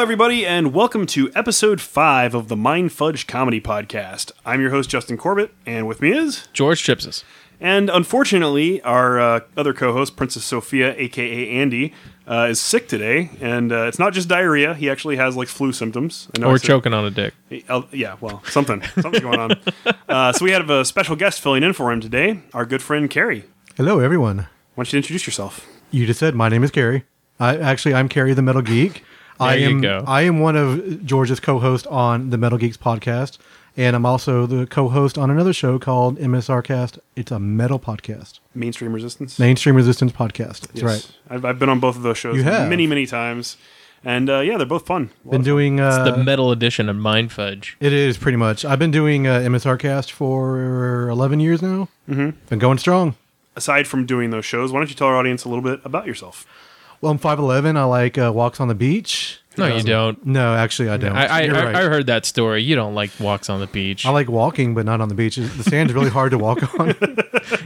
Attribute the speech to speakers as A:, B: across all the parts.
A: everybody, and welcome to episode five of the Mind Fudge Comedy Podcast. I'm your host, Justin Corbett, and with me is.
B: George Chipsis.
A: And unfortunately, our uh, other co host, Princess Sophia, aka Andy, uh, is sick today, and uh, it's not just diarrhea. He actually has like flu symptoms.
C: Oh,
A: I know I
B: Or
A: said-
B: choking on a dick.
A: Uh, yeah, well, something, something's going on. Uh, so we have a special guest filling in for him today, our good friend Carrie.
C: Hello, everyone.
A: Why don't you introduce yourself?
C: You just said my name is Carrie. I actually I'm Carrie the Metal Geek. I
B: There you
C: am
B: go.
C: I am one of George's co-host on the Metal Geeks podcast, and I'm also the co-host on another show called MSRcast. It's a metal podcast,
A: Mainstream Resistance.
C: mainstream resistance podcast. That's
A: Yes.
C: right.
A: I've, I've been on both of those shows
C: You have.
A: many, many times, and uh, yeah, they're both fun. A lot
C: Been
A: of fun.
C: doing uh,
B: the metal edition of Mind Fudge.
C: it is pretty much. I've been doing uh, MSRcast for 11 years now. Mm-hmm. Been going strong.
A: Aside from doing those shows, why don't you tell our audience a little bit about yourself?
C: Well, I'm 5'11. I like uh, walks on the beach.
B: No, you don't.
C: No, actually, I don't.
B: I, I,
C: Oh, You're right.
B: I, I heard that story. You don't like walks on the beach.
C: I like walking, but not on the beach. The sand's really hard to walk on.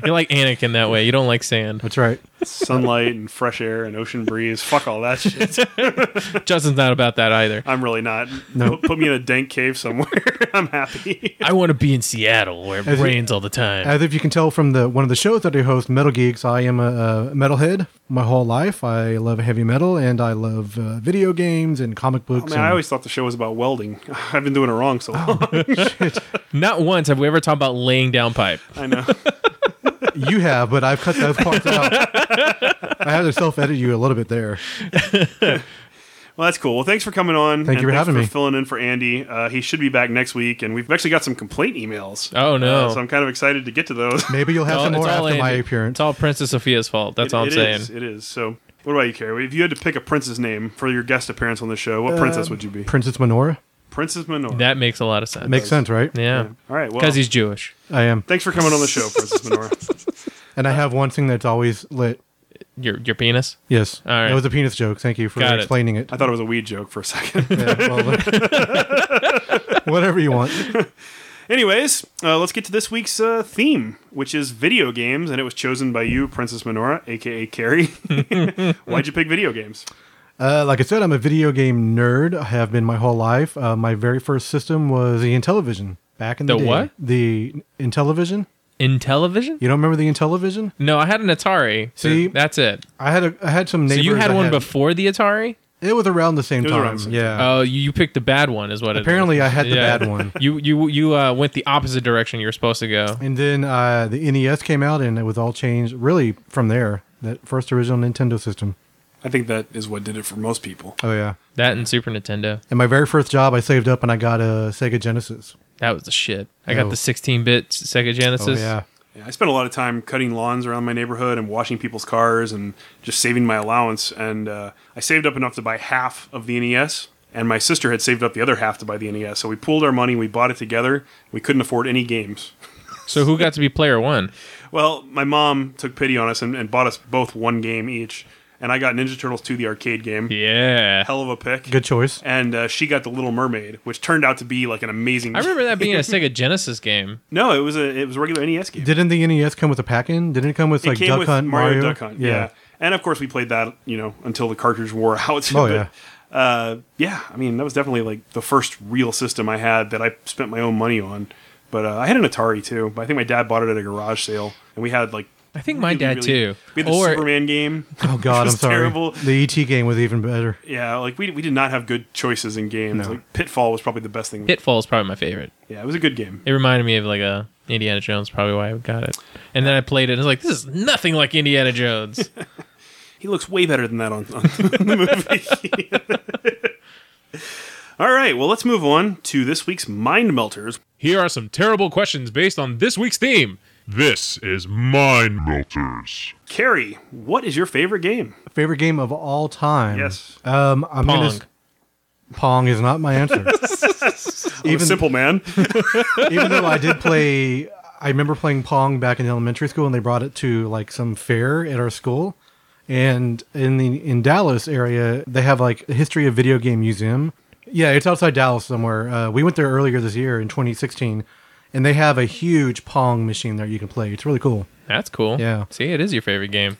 B: You're like Anakin that way. You don't like sand.
C: That's right.
A: Sunlight and fresh air and ocean breeze. Fuck all that shit.
B: Justin's not about that either.
A: I'm really not.
C: No.
A: Put- Put me in a dank cave somewhere. I'm happy.
B: I want to be in Seattle where it
C: you-
B: rains all the time.
C: As if you can tell from the one of the shows that I host, Metal Geeks, I am a, a metalhead my whole life. I love heavy metal and I love uh, video games and comic
B: Oh,
A: I
C: books.
A: mean, I
C: and-
A: always thought the show was about welding. I've been doing it wrong so long.
C: Oh.
B: Not once have we ever talked about laying down pipe.
A: I know.
C: you have, but I've cut those parts out. I had to self edit you a little bit there.
A: Well, that's cool. Well, thanks for coming on.
C: Thank
A: and
C: you for
A: thanks
C: having
A: for
C: me.
A: Filling in for Andy, uh, he should be back next week, and we've actually got some complaint emails.
B: Oh, no.
A: Uh, so I'm kind of excited to get to those.
C: Maybe you'll have
B: It's all-
C: some more
B: it's all
C: after my
B: Andy-
C: appearance.
B: It's all Princess Sophia's fault. That's
A: It-
B: all I'm
A: it
B: saying.
A: is, it is. So, what about you, Carrie? If you had to pick a princess name for your guest appearance on the show,
C: Uh,
A: what princess would you be?
C: Princess Minora.
A: Princess Minora.
B: That makes a lot of sense.
C: Makes sense, right?
B: yeah.
A: All right. Well,
B: Because he's Jewish.
C: I am.
A: thanks for coming on the show, Princess Minora.
C: And I have one thing that's always lit.
B: Your your penis.
C: Yes.
B: All right.
C: It was a penis joke. Thank you for
B: Got it.
C: explaining it.
A: I thought it was a weed joke for a second.
C: Yeah, well, whatever you want.
A: Anyways, uh, let's get to this week's uh, theme, which is video games, and it was chosen by you, Princess Minora, aka Carrie. Why'd you pick video games?
C: Uh, like I said, I'm a video game nerd. I have been my whole life. Uh, my very first system was the Intellivision back in the,
B: The
C: day.
B: what?
C: The Intellivision.
B: In television?
C: You don't remember the Intellivision?
B: No, I had an Atari.
C: See?
B: that's it.
C: I had a, I had some
B: So
C: neighbors.
B: you had
C: that
B: one before the Atari?
C: It was around the same
A: It was
C: time.
A: around the same
C: yeah.
B: Oh, you you picked the bad one, is what. it is.
C: Uh, Apparently, I had the
B: Oh, Yeah.
C: bad one.
B: You you you uh, went the opposite direction you were supposed to go.
C: And then uh, the NES came out, and it was all changed really from there. That first original Nintendo system.
A: I think that is what did it for most people.
C: Oh yeah.
B: That and Super Nintendo.
C: And my very first job, I saved up and I got a Sega Genesis.
B: That was the shit. I got
C: Oh.
B: the 16-bit Sega
C: Oh
B: Genesis.
C: yeah.
A: Yeah, I spent a lot of time cutting lawns around my neighborhood and washing people's cars and just saving my allowance. And uh, I saved up enough to buy half of the NES, and my sister had saved up the other half to buy the NES. So we pooled our money, we bought it together. We couldn't afford any games.
B: So who got to be player one?
A: Well, my mom took pity on us and, and bought us both one game each. And I got Ninja Turtles 2, the arcade game.
B: Yeah.
A: Hell of a pick.
C: Good choice.
A: And uh, she got the Little Mermaid, which turned out to be like an amazing.
B: I remember that being a Sega Genesis game.
A: no, it was a it was a regular NES game.
C: Didn't the NES come with a pack in? Didn't it come with
A: It
C: like
A: came
C: Duck
A: with
C: Hunt,
A: Mario, Duck Hunt. Yeah. and of course we played that you know until the cartridge wore out.
C: Oh,
A: But,
C: yeah.
A: uh, yeah. I mean that was definitely like the first real system I had that I spent my own money on. But uh, I had an Atari too. But I think my dad bought it at a garage sale, and we had like
B: I think my
A: really,
B: dad
A: really-
B: too.
A: We had the
B: Or
A: Superman game.
C: Oh God,
A: was
C: I'm sorry.
A: terrible.
C: The ET game was even better.
A: Yeah, like we, we did not have good choices in games.
C: No.
A: Like Pitfall was probably the best thing.
B: Pitfall is probably my favorite.
A: Yeah, it was a good game.
B: It reminded me of like a Indiana Jones, probably why I got it. And then I played it and I was like, this is nothing like Indiana Jones.
A: He looks way better than that on, on the movie. All right, well, let's move on to this week's Mind Melters,
B: Here are some terrible questions based on this week's theme.
D: This is Mind Melters.
A: Carrie, what is your favorite game?
C: Favorite game of all time.
A: Yes.
C: Um, I'm Gonna,
B: Pong.
C: s- Pong is not my answer.
A: Even
C: even
A: simple man.
C: even though I did play, I remember playing Pong back in elementary school, and they brought it to like some fair at our school. And in the in Dallas area, they have like a history of video game museum. Yeah, it's outside Dallas somewhere. Uh, we went there earlier this year in 2016, and they have a huge Pong machine there you can play. It's really cool.
B: That's cool.
C: Yeah.
B: See, it is your favorite game.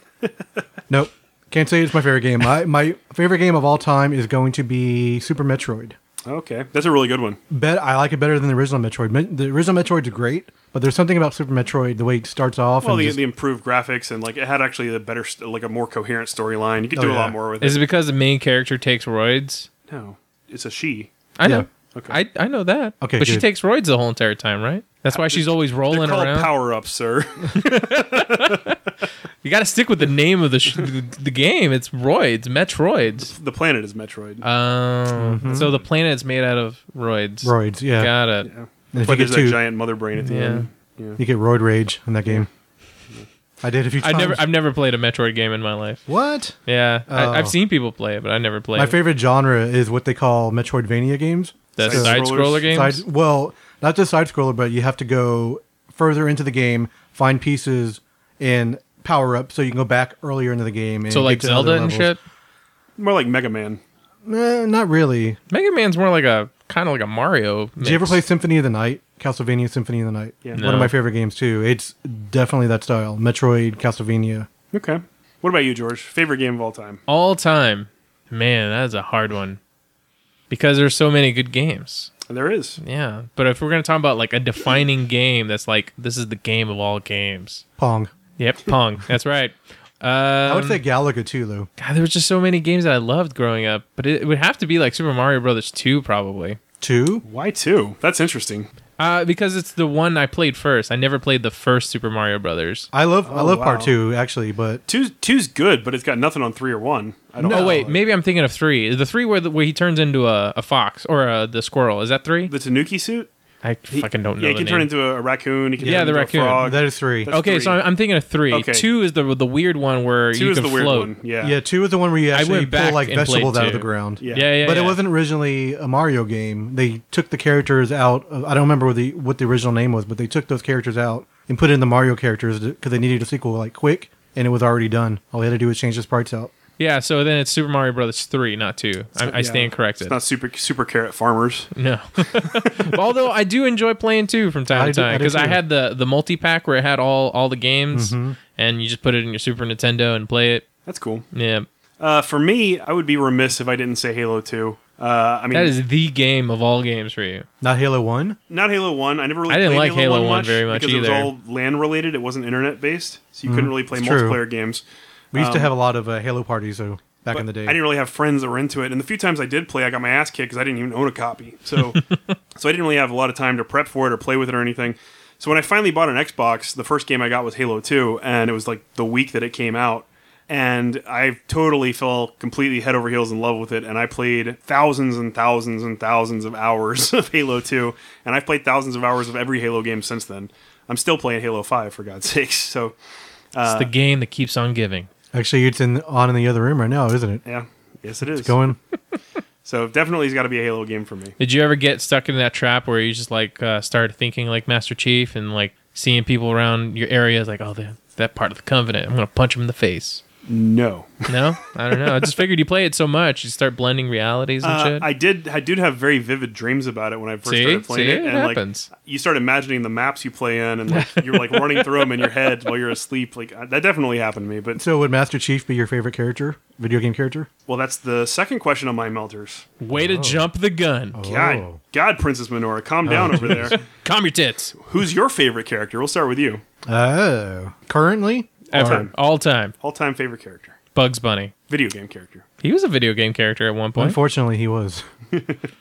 C: Nope. Can't say it's my favorite game. My my favorite game of all time is going to be Super Metroid.
A: Okay, that's a really good one.
C: Bet I like it better than the original Metroid. Me- The original Metroid's great, but there's something about Super Metroid the way it starts off.
A: Well,
C: and
A: the,
C: just-
A: the improved graphics and like it had actually a better, st- like a more coherent storyline. You could
C: Oh,
A: do a
C: yeah.
A: lot more with
B: Is
A: it.
B: it because the main character takes roids?
A: No, it's a she.
B: I
C: Yeah.
B: know.
A: Okay.
B: I, I know that.
C: Okay,
B: But she
C: good.
B: takes roids the whole entire time, right? That's why she's always
A: They're
B: rolling
A: called
B: around.
A: power ups, sir.
B: You got to stick with the name of the sh- the the game. It's roids, Metroids.
A: the planet is Metroid.
B: Oh, so the planet is made out of roids.
C: Roids, Mm-hmm. yeah.
B: Got it.
A: yeah.
C: and if you
A: But
C: get
A: there's
C: two,
A: that giant mother brain at the
B: Yeah.
A: end. Yeah.
C: you get Roid Rage in that game. I did a few
B: I
C: times.
B: never I've never played a Metroid game in my life.
C: what?
B: Yeah,
C: Oh.
B: I, I've seen people play it, but I never played.
C: My
B: it.
C: favorite genre is what they call Metroidvania games.
B: That's
A: Side
B: side
A: scrollers.
B: scroller games.
C: Side, well, not just side scroller, but you have to go further into the game, find pieces, and power up so you can go back earlier into the game. And
B: so like
C: get to other
B: Zelda and
C: levels.
B: shit.
A: More like Mega Man.
C: Eh, not really.
B: Mega Man's more like a kind of like a Mario.
C: Did you ever play Symphony of the Night? Castlevania Symphony of the Night.
A: Yeah.
C: One
B: No.
C: of my favorite games too. It's definitely that style. Metroid, Castlevania.
A: Okay. What about you, George? Favorite game of all time?
B: all time? Man, that's a hard one because there's so many good games.
A: There is.
B: Yeah, but if we're gonna talk about like a defining game, that's like this is the game of all games.
C: Pong.
B: Yep, Pong. that's right. Um,
C: I would say Galaga too though.
B: God, there was just so many games that I loved growing up, but it, it would have to be like Super Mario Brothers 2 probably.
C: Two?
A: Why two? That's interesting.
B: Uh, because it's the one I played first. I never played the first Super Mario Brothers.
C: I love I
A: Oh,
C: love part
A: wow.
C: two actually, but
A: Two's two's good, but it's got nothing on three or one. I don't
B: No,
A: know.
B: Oh, wait, maybe I'm thinking of 3. The 3 where, the, where he turns into a, a fox or a, the squirrel. Is that 3?
A: The Tanuki suit?
B: I fucking don't know.
A: Yeah, he can
B: the name.
A: turn into a, a raccoon. He can
B: Yeah,
A: turn
B: the
A: into
B: raccoon.
A: A frog.
C: that is three.
A: That's
B: Okay, so
A: three.
B: I'm, I'm thinking of 3.
A: Okay.
B: 2 is the the weird one where
A: two
B: you
A: is
B: can
A: the weird
B: float.
A: one. Yeah.
C: Yeah, two is the one where you actually
B: went back
C: pull like
B: and played
C: vegetables out of
B: two.
C: the ground.
A: Yeah.
B: Yeah, yeah,
C: but it
B: yeah.
C: wasn't originally a Mario game. They took the characters out. Of, I don't remember what the what the original name was, but they took those characters out and put in the Mario characters because they needed a sequel like quick, and it was already done. All they had to do was change the sprites out.
B: Yeah, so then it's Super Mario Brothers 3, not 2. I, I
A: Yeah.
B: stand corrected.
A: It's not super super carrot farmers.
B: No. Although I do enjoy playing two from time
C: I
B: to
C: do- I
B: time
C: do
B: because I,
C: too. Mm-hmm.
B: had the the multi pack where it had all all the games and you just put it in your Super Nintendo and play it.
A: That's cool.
B: Yeah.
A: Uh, for me, I would be remiss if I didn't say Halo Two. Uh, I mean,
B: That is the game of all games for you.
C: Not Halo One.
A: not Halo One. I never really
B: I didn't
A: played
B: like Halo 1
A: much
B: very much
A: because
B: either. Mm,
A: it was all LAN related. It wasn't internet based, so you couldn't really play
C: it's true.
A: multiplayer games.
C: We used to have a lot of uh, Halo parties though back in the day.
A: Um, I didn't really have friends that were into it, and the few times I did play, I got my ass kicked because I didn't even own a copy. So, so I didn't really have a lot of time to prep for it or play with it or anything. So when I finally bought an Xbox, the first game I got was Halo Two, and it was like the week that it came out, and I totally fell completely head over heels in love with it. And I played thousands and thousands and thousands of hours of Halo Two, and I've played thousands of hours of every Halo game since then. I'm still playing Halo Five for God's sakes. So
C: Uh,
B: It's the game that keeps on giving.
C: Actually, it's in on in the other room right now, isn't it?
A: yeah, yes, it is.
C: Going.
A: so definitely, it's got to be a Halo game for me.
B: Did you ever get stuck in that trap where you just like uh, started thinking like Master Chief and like seeing people around your area is like, oh, that that part of the Covenant, I'm gonna punch him in the face.
A: No.
B: No, I don't know. I just figured you play it so much, you start blending realities and
A: Uh,
B: shit.
A: I did. I did have very vivid dreams about it when I first
B: See?
A: started playing
B: See?
A: it,
B: It
A: and
B: happens.
A: like you start imagining the maps you play in, and like you're like running through them in your head while you're asleep. Like I- that definitely happened to me. But
C: So would Master Chief be your favorite character, video game character?
A: well, that's the second question on my melters.
B: Way to jump the gun.
A: God,
C: Oh.
A: God, Princess Minora, calm down over there.
B: Calm your tits.
A: Who's your favorite character? We'll start with you.
C: Oh, currently,
B: Ever.
A: time.
B: All time.
A: All time favorite character,
B: Bugs Bunny.
A: video game character.
B: He was a video game character at one point.
C: unfortunately, he was.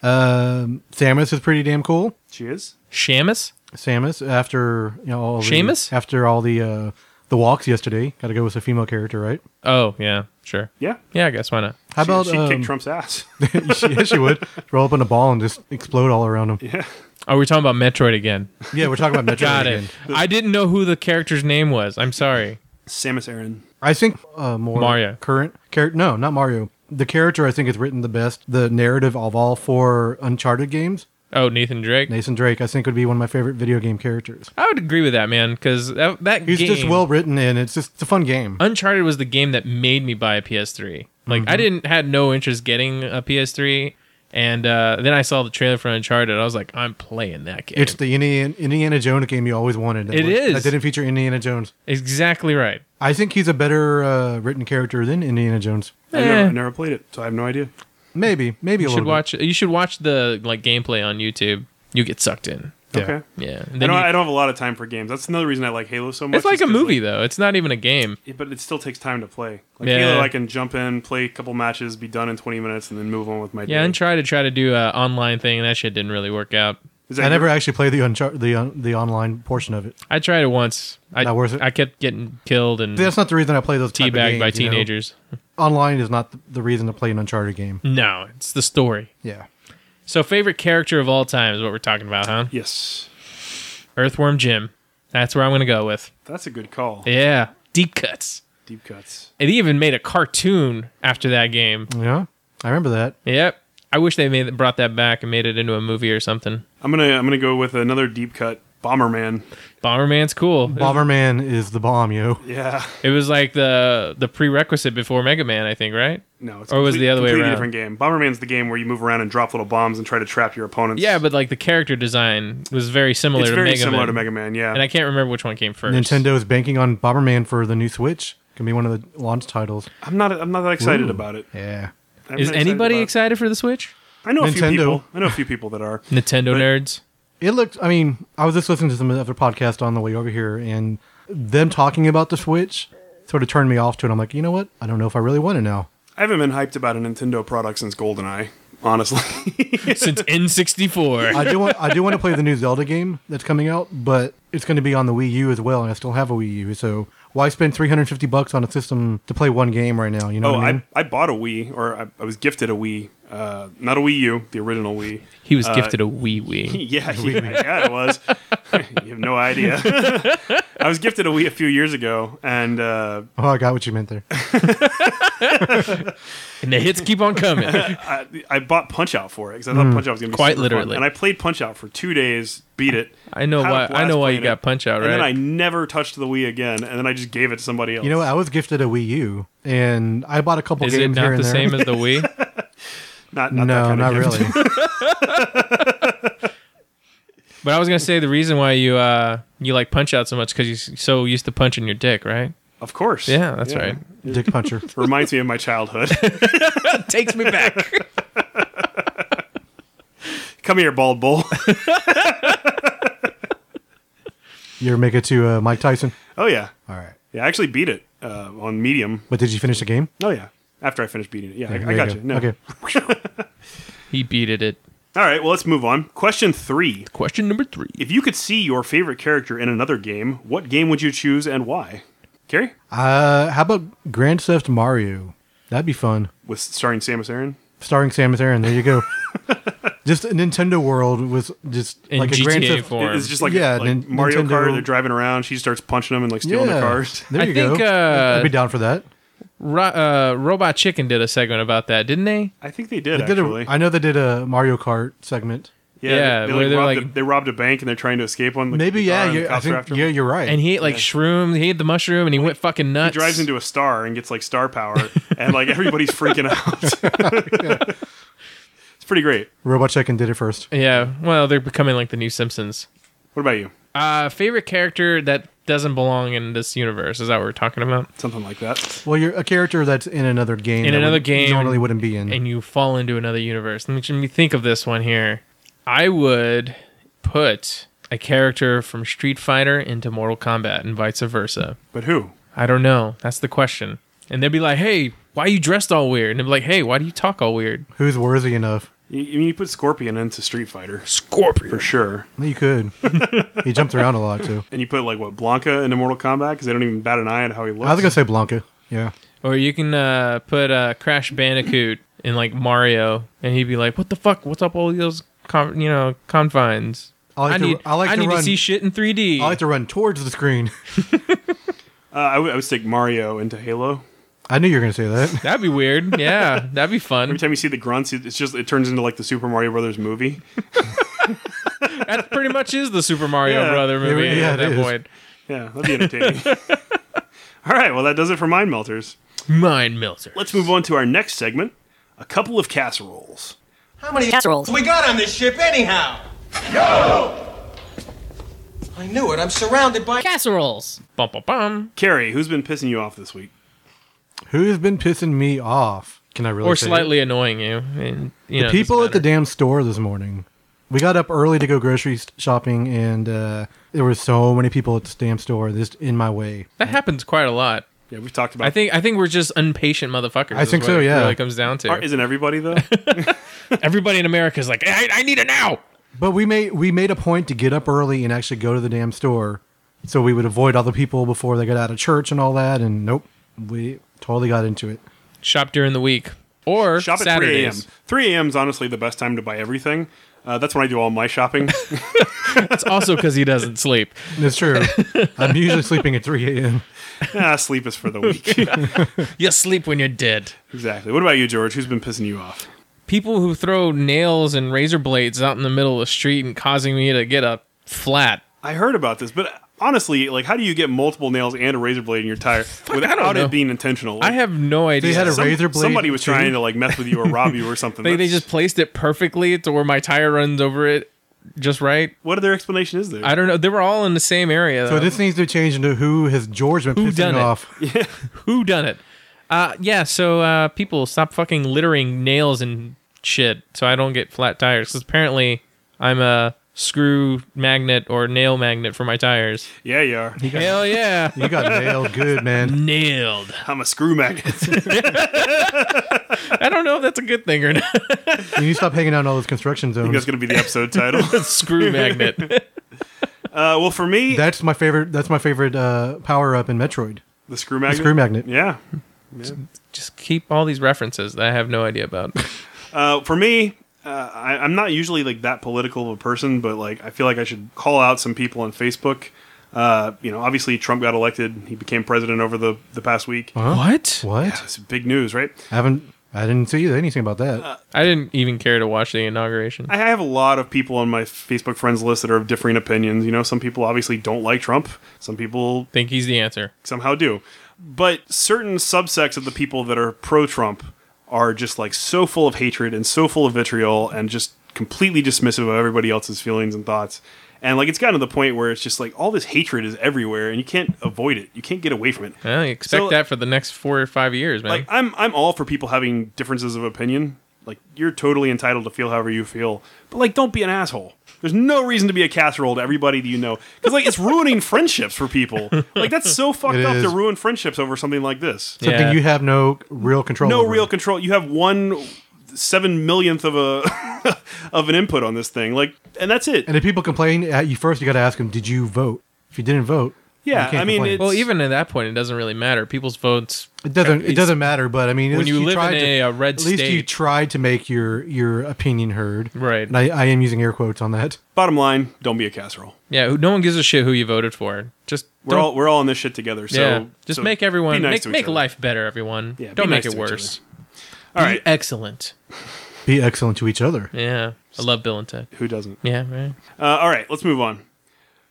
C: um, Samus is pretty damn cool.
A: She is.
B: Shamus?
C: Samus after you know all the,
B: Seamus?
C: after all the uh, the walks yesterday. Got to go with a female character, right?
B: Oh, yeah, sure.
A: Yeah.
B: Yeah, I guess why not?
C: How
A: She-
C: about
A: she
C: um,
A: kicked Trump's ass?
C: she, yeah, she would roll up in a ball and just explode all around him.
A: yeah.
B: Oh, we're talking about Metroid again.
C: Yeah, we're talking about Metroid.
B: Got
C: again.
B: it. I didn't know who the character's name was. I'm sorry.
A: Samus Aran.
C: I think uh, more
B: Mario.
C: current character. No, not Mario. The character I think is written the best. The narrative of all four Uncharted games.
B: Oh, Nathan Drake.
C: Nathan Drake, I think, would be one of my favorite video game characters.
B: I would agree with that, man, because that, that
C: He's
B: game,
C: just well written, and it's just it's a fun game.
B: Uncharted
C: Mm-hmm.
B: was the game that made me buy a PS3. Like, I didn't had no interest getting a PS3. And uh, then I saw the trailer for Uncharted. I was like, I'm playing that game.
C: It's the Indiana, Indiana Jones game you always wanted. That
B: It
C: was-
B: is.
C: That didn't feature Indiana Jones.
B: exactly right.
C: I think he's a better uh, written character than Indiana Jones.
A: I, never,
B: Eh.
A: I never played it, so I have no idea.
C: Maybe, maybe a
B: You
C: little
B: should
C: bit.
B: watch. You should watch the like gameplay on YouTube. You get sucked in.
C: Yeah.
A: Okay.
B: Yeah. And
A: I
B: then
A: don't,
B: you-
A: I don't have a lot of time for games. That's another reason I like Halo so much.
B: it's like
A: is
B: a
A: 'cause,
B: movie though. It's not even a game.
A: Yeah, but it still takes time to play. Like
B: Yeah.
A: Halo, I can jump in, play a couple matches, be done in 20 minutes, and then move on with my
B: Yeah,
A: day.
B: and try to try to do an online thing, and that shit didn't really work out.
A: Is
C: I
A: that
C: never
A: your-
C: actually played the unchar- the uh, the online portion of it.
B: I tried it once. I,
C: Not worth it?
B: I kept getting killed and
C: That's not the reason I play those type of
B: Hmm. teabagged by
C: games, you know?
B: teenagers. Hmm.
C: Online is not th- the reason to play an Uncharted game.
B: No, it's the story.
C: Yeah,
B: So, favorite character of all time is what we're talking about, huh?
A: Yes.
B: Earthworm Jim. That's where I'm going to go with.
A: That's a good call.
B: Yeah, deep cuts.
A: Deep cuts.
B: It even made a cartoon after that game.
C: yeah, I remember that.
B: Yep. I wish they made brought that back and made it into a movie or something.
A: I'm gonna I'm gonna go with another deep cut. Bomberman.
B: Bomberman's cool.
C: Bomberman is the bomb, yo.
A: Yeah.
B: It was like the the prerequisite before Mega Man, I think, right?
A: No. It's
B: Or was it the other way
A: completely
B: around?
A: Different game. Bomberman's the game where you move around and drop little bombs and try to trap your opponents.
B: Yeah, but like the character design was very similar
A: it's
B: to
A: very
B: Mega
A: similar
B: Man.
A: to Mega Man. Yeah.
B: And I can't remember which one came first.
C: Nintendo's banking on Bomberman for the new Switch. Can be one of the launch titles.
A: I'm not I'm not that excited
C: Ooh.
A: about it.
C: Yeah,
A: I'm
B: Is
A: not
B: anybody
A: about it.
B: excited for the Switch?
A: I know a few
C: Nintendo.
A: people. I know a few people that are.
B: Nintendo
A: But-
B: nerds.
C: it looked. I mean, I was just listening to some other podcast on the way over here, and them talking about the Switch sort of turned me off to it. I'm like, you know what? I don't know if I really want it now.
A: I haven't been hyped about a Nintendo product since GoldenEye. Honestly,
B: Since N64.
C: I do want I do want to play the new Zelda game that's coming out, but it's going to be on the Wii U as well, and I still have a Wii U. So why spend 350 bucks on a system to play one game right now? You know
A: oh,
C: what I mean?
A: I, I bought a Wii, or I, I was gifted a Wii, uh, not a Wii U, the original Wii.
B: He was gifted a Wii Wii.
A: Yeah, yeah, yeah, it was. you have no idea. I was gifted a Wii a few years ago, and uh,
C: oh, I got what you meant there.
B: And the hits keep on coming.
A: I, I bought Punch Out for it because I thought Punch Out was going to be
B: Hmm. Quite
A: super
B: literally.
A: Fun. And I played Punch Out for two days, beat it.
B: I know
A: had a
B: why- I
A: blast
B: know why you
A: playing
B: got
A: it,
B: Punch-Out,
A: And then
B: right?
A: I never touched the Wii again, and then I just gave it to somebody else.
C: You know, I was gifted a Wii U, and I bought a couple
B: Is it
C: games here
B: not
C: and
B: the
C: there.
B: same as the Wii?
A: not, not that
C: no,
A: kind
C: not
A: of gift.
C: really.
B: But I was gonna say the reason why you uh you like punch out so much because you're s- so used to punching your dick, right?
A: Of course.
B: Yeah, that's right.
C: Dick puncher.
A: Reminds me of my childhood.
B: Takes me back.
A: Come here, bald bull.
C: You ever make it to uh, Mike Tyson?
A: oh yeah,
C: All right.
A: yeah. I actually beat it uh, on medium.
C: But did you finish the game?
A: Oh yeah. After I finished beating it, yeah,
C: There
A: I, I got
C: go.
A: you. No.
C: Okay.
B: he beated it.
A: All right. Well, let's move on. Question three.
B: Question number three.
A: If you could see your favorite character in another game, what game would you choose and why? Carrie?
C: Uh, how about Grand Theft Mario? That'd be fun.
A: With starring Samus Aran?
C: starring Samus Aran. There you go. just a Nintendo World with just
B: In
C: like a Grand
B: GTA
C: Theft.
B: form.
A: It's just like,
C: Yeah,
A: like
C: Nin-
A: Mario
C: Nintendo-
A: Kart. They're driving around. She starts punching them and like stealing their cars.
C: There
B: I
C: you
B: think,
C: go.
B: uh,
C: I'd be down for that.
B: Ro- uh, Robot Chicken did a segment about that, didn't they?
A: I think they did
C: They did a-
A: actually.
C: I know they did a Mario Kart segment.
B: Yeah,
A: they,
B: where
A: they,
B: they're
A: like, robbed
B: like-
A: a, they robbed a bank and they're trying to escape one. like,
C: Maybe
A: the car
C: yeah.
A: and the
C: You're, I
A: cops are
C: think
A: after him.
C: yeah, you're right.
B: And he ate like shrooms. He ate the mushroom, and he went fucking nuts.
A: Drives into a star and gets like star power, and like everybody's freaking out. it's pretty great.
C: Robot Chicken did it first.
B: yeah. Well, they're becoming like the new Simpsons.
A: What about you?
B: Uh, favorite character that doesn't belong in this universe is that what we're talking about?
A: Something like that.
C: Well, you're a character that's in another game.
B: In
C: that
B: another
C: would-
B: game.
C: normally wouldn't be in.
B: and you fall into another universe. Let me- let me think of this one here. I would put a character from Street Fighter into Mortal Kombat and vice versa.
A: But who?
B: I don't know. That's the question. And they'd be like, hey, why you dressed all weird? And they'd be like, hey, why do you talk all weird?
C: Who's worthy enough?
A: You, I mean, you put Scorpion into Street Fighter
B: Scorpion.
A: for sure,
C: You could. he jumped around a lot too.
A: and you put like what Blanca into Mortal Kombat because they don't even bat an eye at how he looks.
C: I was gonna say Blanca. Yeah.
B: Or you can uh, put uh, Crash Bandicoot in like Mario, and he'd be like, what the fuck? What's up all those, con- you know, confines?
C: I like to-
B: need,
C: I like to
B: need
C: run-
B: to see shit in 3D.
C: I like to run towards the screen.
A: Uh, I would I would stick Mario into Halo.
C: I knew you were gonna say that.
B: that'd be weird. Yeah, that'd be fun.
A: Every time you see the grunts, it- it's just it turns into like the Super Mario Brothers movie.
B: That pretty much is the Super Mario
A: Yeah.
B: Brother movie
C: Yeah, yeah,
B: at
C: it
B: that
C: is.
B: point.
A: Yeah, that'd be entertaining. All right, well that does it for mind melters.
B: Mind Melter.
A: Let's move on to our next segment: a couple of casseroles.
E: How many assholes we got on this ship, anyhow? Yo! I knew it. I'm surrounded by.
F: Casseroles.
B: Bum bum bum.
A: Carrie, who's been pissing you off this week?
C: Who's been pissing me off? Can I really?
B: Or
C: say it?
B: slightly annoying you. And, you know, it
C: people
B: doesn't
C: at the
B: matter.
C: damn store this morning. We got up early to go grocery s- shopping, and uh, there were so many people at the damn store just in my way.
B: That happens quite a lot.
A: Yeah, we've talked about.
B: I think I think we're just impatient motherfuckers.
C: I
B: is
C: think
B: what
C: so,
B: It
C: yeah.
B: really comes down to
A: Aren't- Isn't everybody though?
B: everybody in America is like, I, I need it now.
C: But we made we made a point to get up early and actually go to the damn store, so we would avoid all the people before they got out of church and all that. And nope, we totally got into it.
B: Shop during the week or
A: Shop at three a.m.
B: Saturdays.
A: Three a.m. is honestly the best time to buy everything. Uh, that's when I do all my shopping.
B: It's also because he doesn't sleep.
C: It's true. I'm usually sleeping at 3 a.m.
A: ah, sleep is for the week.
B: You sleep when you're dead.
A: exactly. What about you, George? Who's been pissing you off?
B: People who throw nails and razor blades out in the middle of the street and causing me to get a flat.
A: I heard about this, but honestly, like, how do you get multiple nails and a razor blade in your tire without
B: know.
A: it being intentional?
B: I have no idea.
C: They had a razor blade.
A: Somebody was
C: too.
A: trying to like mess with you or rob you or something.
B: they, they
A: That's-
B: just placed it perfectly to where my tire runs over it just right.
A: what other explanation is there?
B: I don't know. They were all in the same area.
C: So
B: though.
C: this needs to change into who has George been
B: Who
C: pissing
B: done it?
C: off?
B: who done it? Uh, yeah. So uh, people stop fucking littering nails and shit, so I don't get flat tires. 'Cause apparently I'm a screw magnet or nail magnet for my tires.
A: yeah, you are.
B: Hell yeah,
C: You got nailed good, man.
B: nailed.
A: I'm a screw magnet.
B: I don't know if that's a good thing or not.
C: You need to stop hanging out in all those construction zones.
A: That's going to be the episode title. uh,
B: screw magnet.
A: well, for me,
C: That's my favorite. That's my favorite uh, power up in Metroid.
A: the screw magnet.
C: Screw magnet.
A: Yeah.
B: Just keep all these references that I have no idea about.
A: Uh, for me, uh, I, I'm not usually like that political of a person, but like I feel like I should call out some people on Facebook. Uh, you know, obviously Trump got elected. He became president over the the past week.
C: Huh?
B: What?
C: What?
A: It's big news, right?
C: I haven't. I didn't see anything about that.
B: I didn't even care to watch the inauguration.
A: I have a lot of people on my Facebook friends list that are of differing opinions. You know, some people obviously don't like Trump. Some people
B: think he's the answer.
A: somehow do. But certain subsects of the people that are pro Trump are just like so full of hatred and so full of vitriol and just completely dismissive of everybody else's feelings and thoughts. And like it's gotten to the point where it's just like all this hatred is everywhere and you can't avoid it. You can't get away from it.
B: I expect
A: So-
B: that for the next four or five years, man.
A: Like I'm I'm all for people having differences of opinion. Like you're totally entitled to feel however you feel, but like don't be an asshole. There's no reason to be a casserole to everybody that you know because like it's ruining friendships for people. Like that's so fucked
C: It
A: up to
C: is.
A: ruin friendships over something like this.
C: Something
B: yeah.
C: you have no real control.
A: No
C: over.
A: real control. You have one seven millionth of a of an input on this thing. Like and that's it.
C: And if people complain at you first, you got to ask them, "Did you vote?" If you didn't vote,
A: Yeah,
C: you can't
A: I mean,
C: complain.
A: it's-
B: well, even at that point, it doesn't really matter. People's votes
C: it doesn't. It doesn't matter. But I mean, at
B: When
C: least
B: you live
C: tried
B: in
C: to-
B: a, uh, red
C: at least you
B: state.
C: tried to make your your opinion heard.
B: Right.
C: And I, I am using air quotes on that.
A: Bottom line, don't be a casserole.
B: Yeah, who- no one gives a shit who you voted for. Just
A: We're
B: don't-
A: all we're all in this shit together. So
B: yeah, just
A: so
B: make
A: be
B: everyone
A: nice
B: make,
A: to each
B: make
A: other.
B: life better, everyone.
A: Yeah, be
B: don't
A: nice
B: make
A: to
B: it
A: each
B: worse.
A: All right,
B: Excellent.
C: Be excellent to each other.
B: Yeah, I love Bill and Ted.
A: who doesn't?
B: Yeah, right.
A: Uh, all right, let's move on.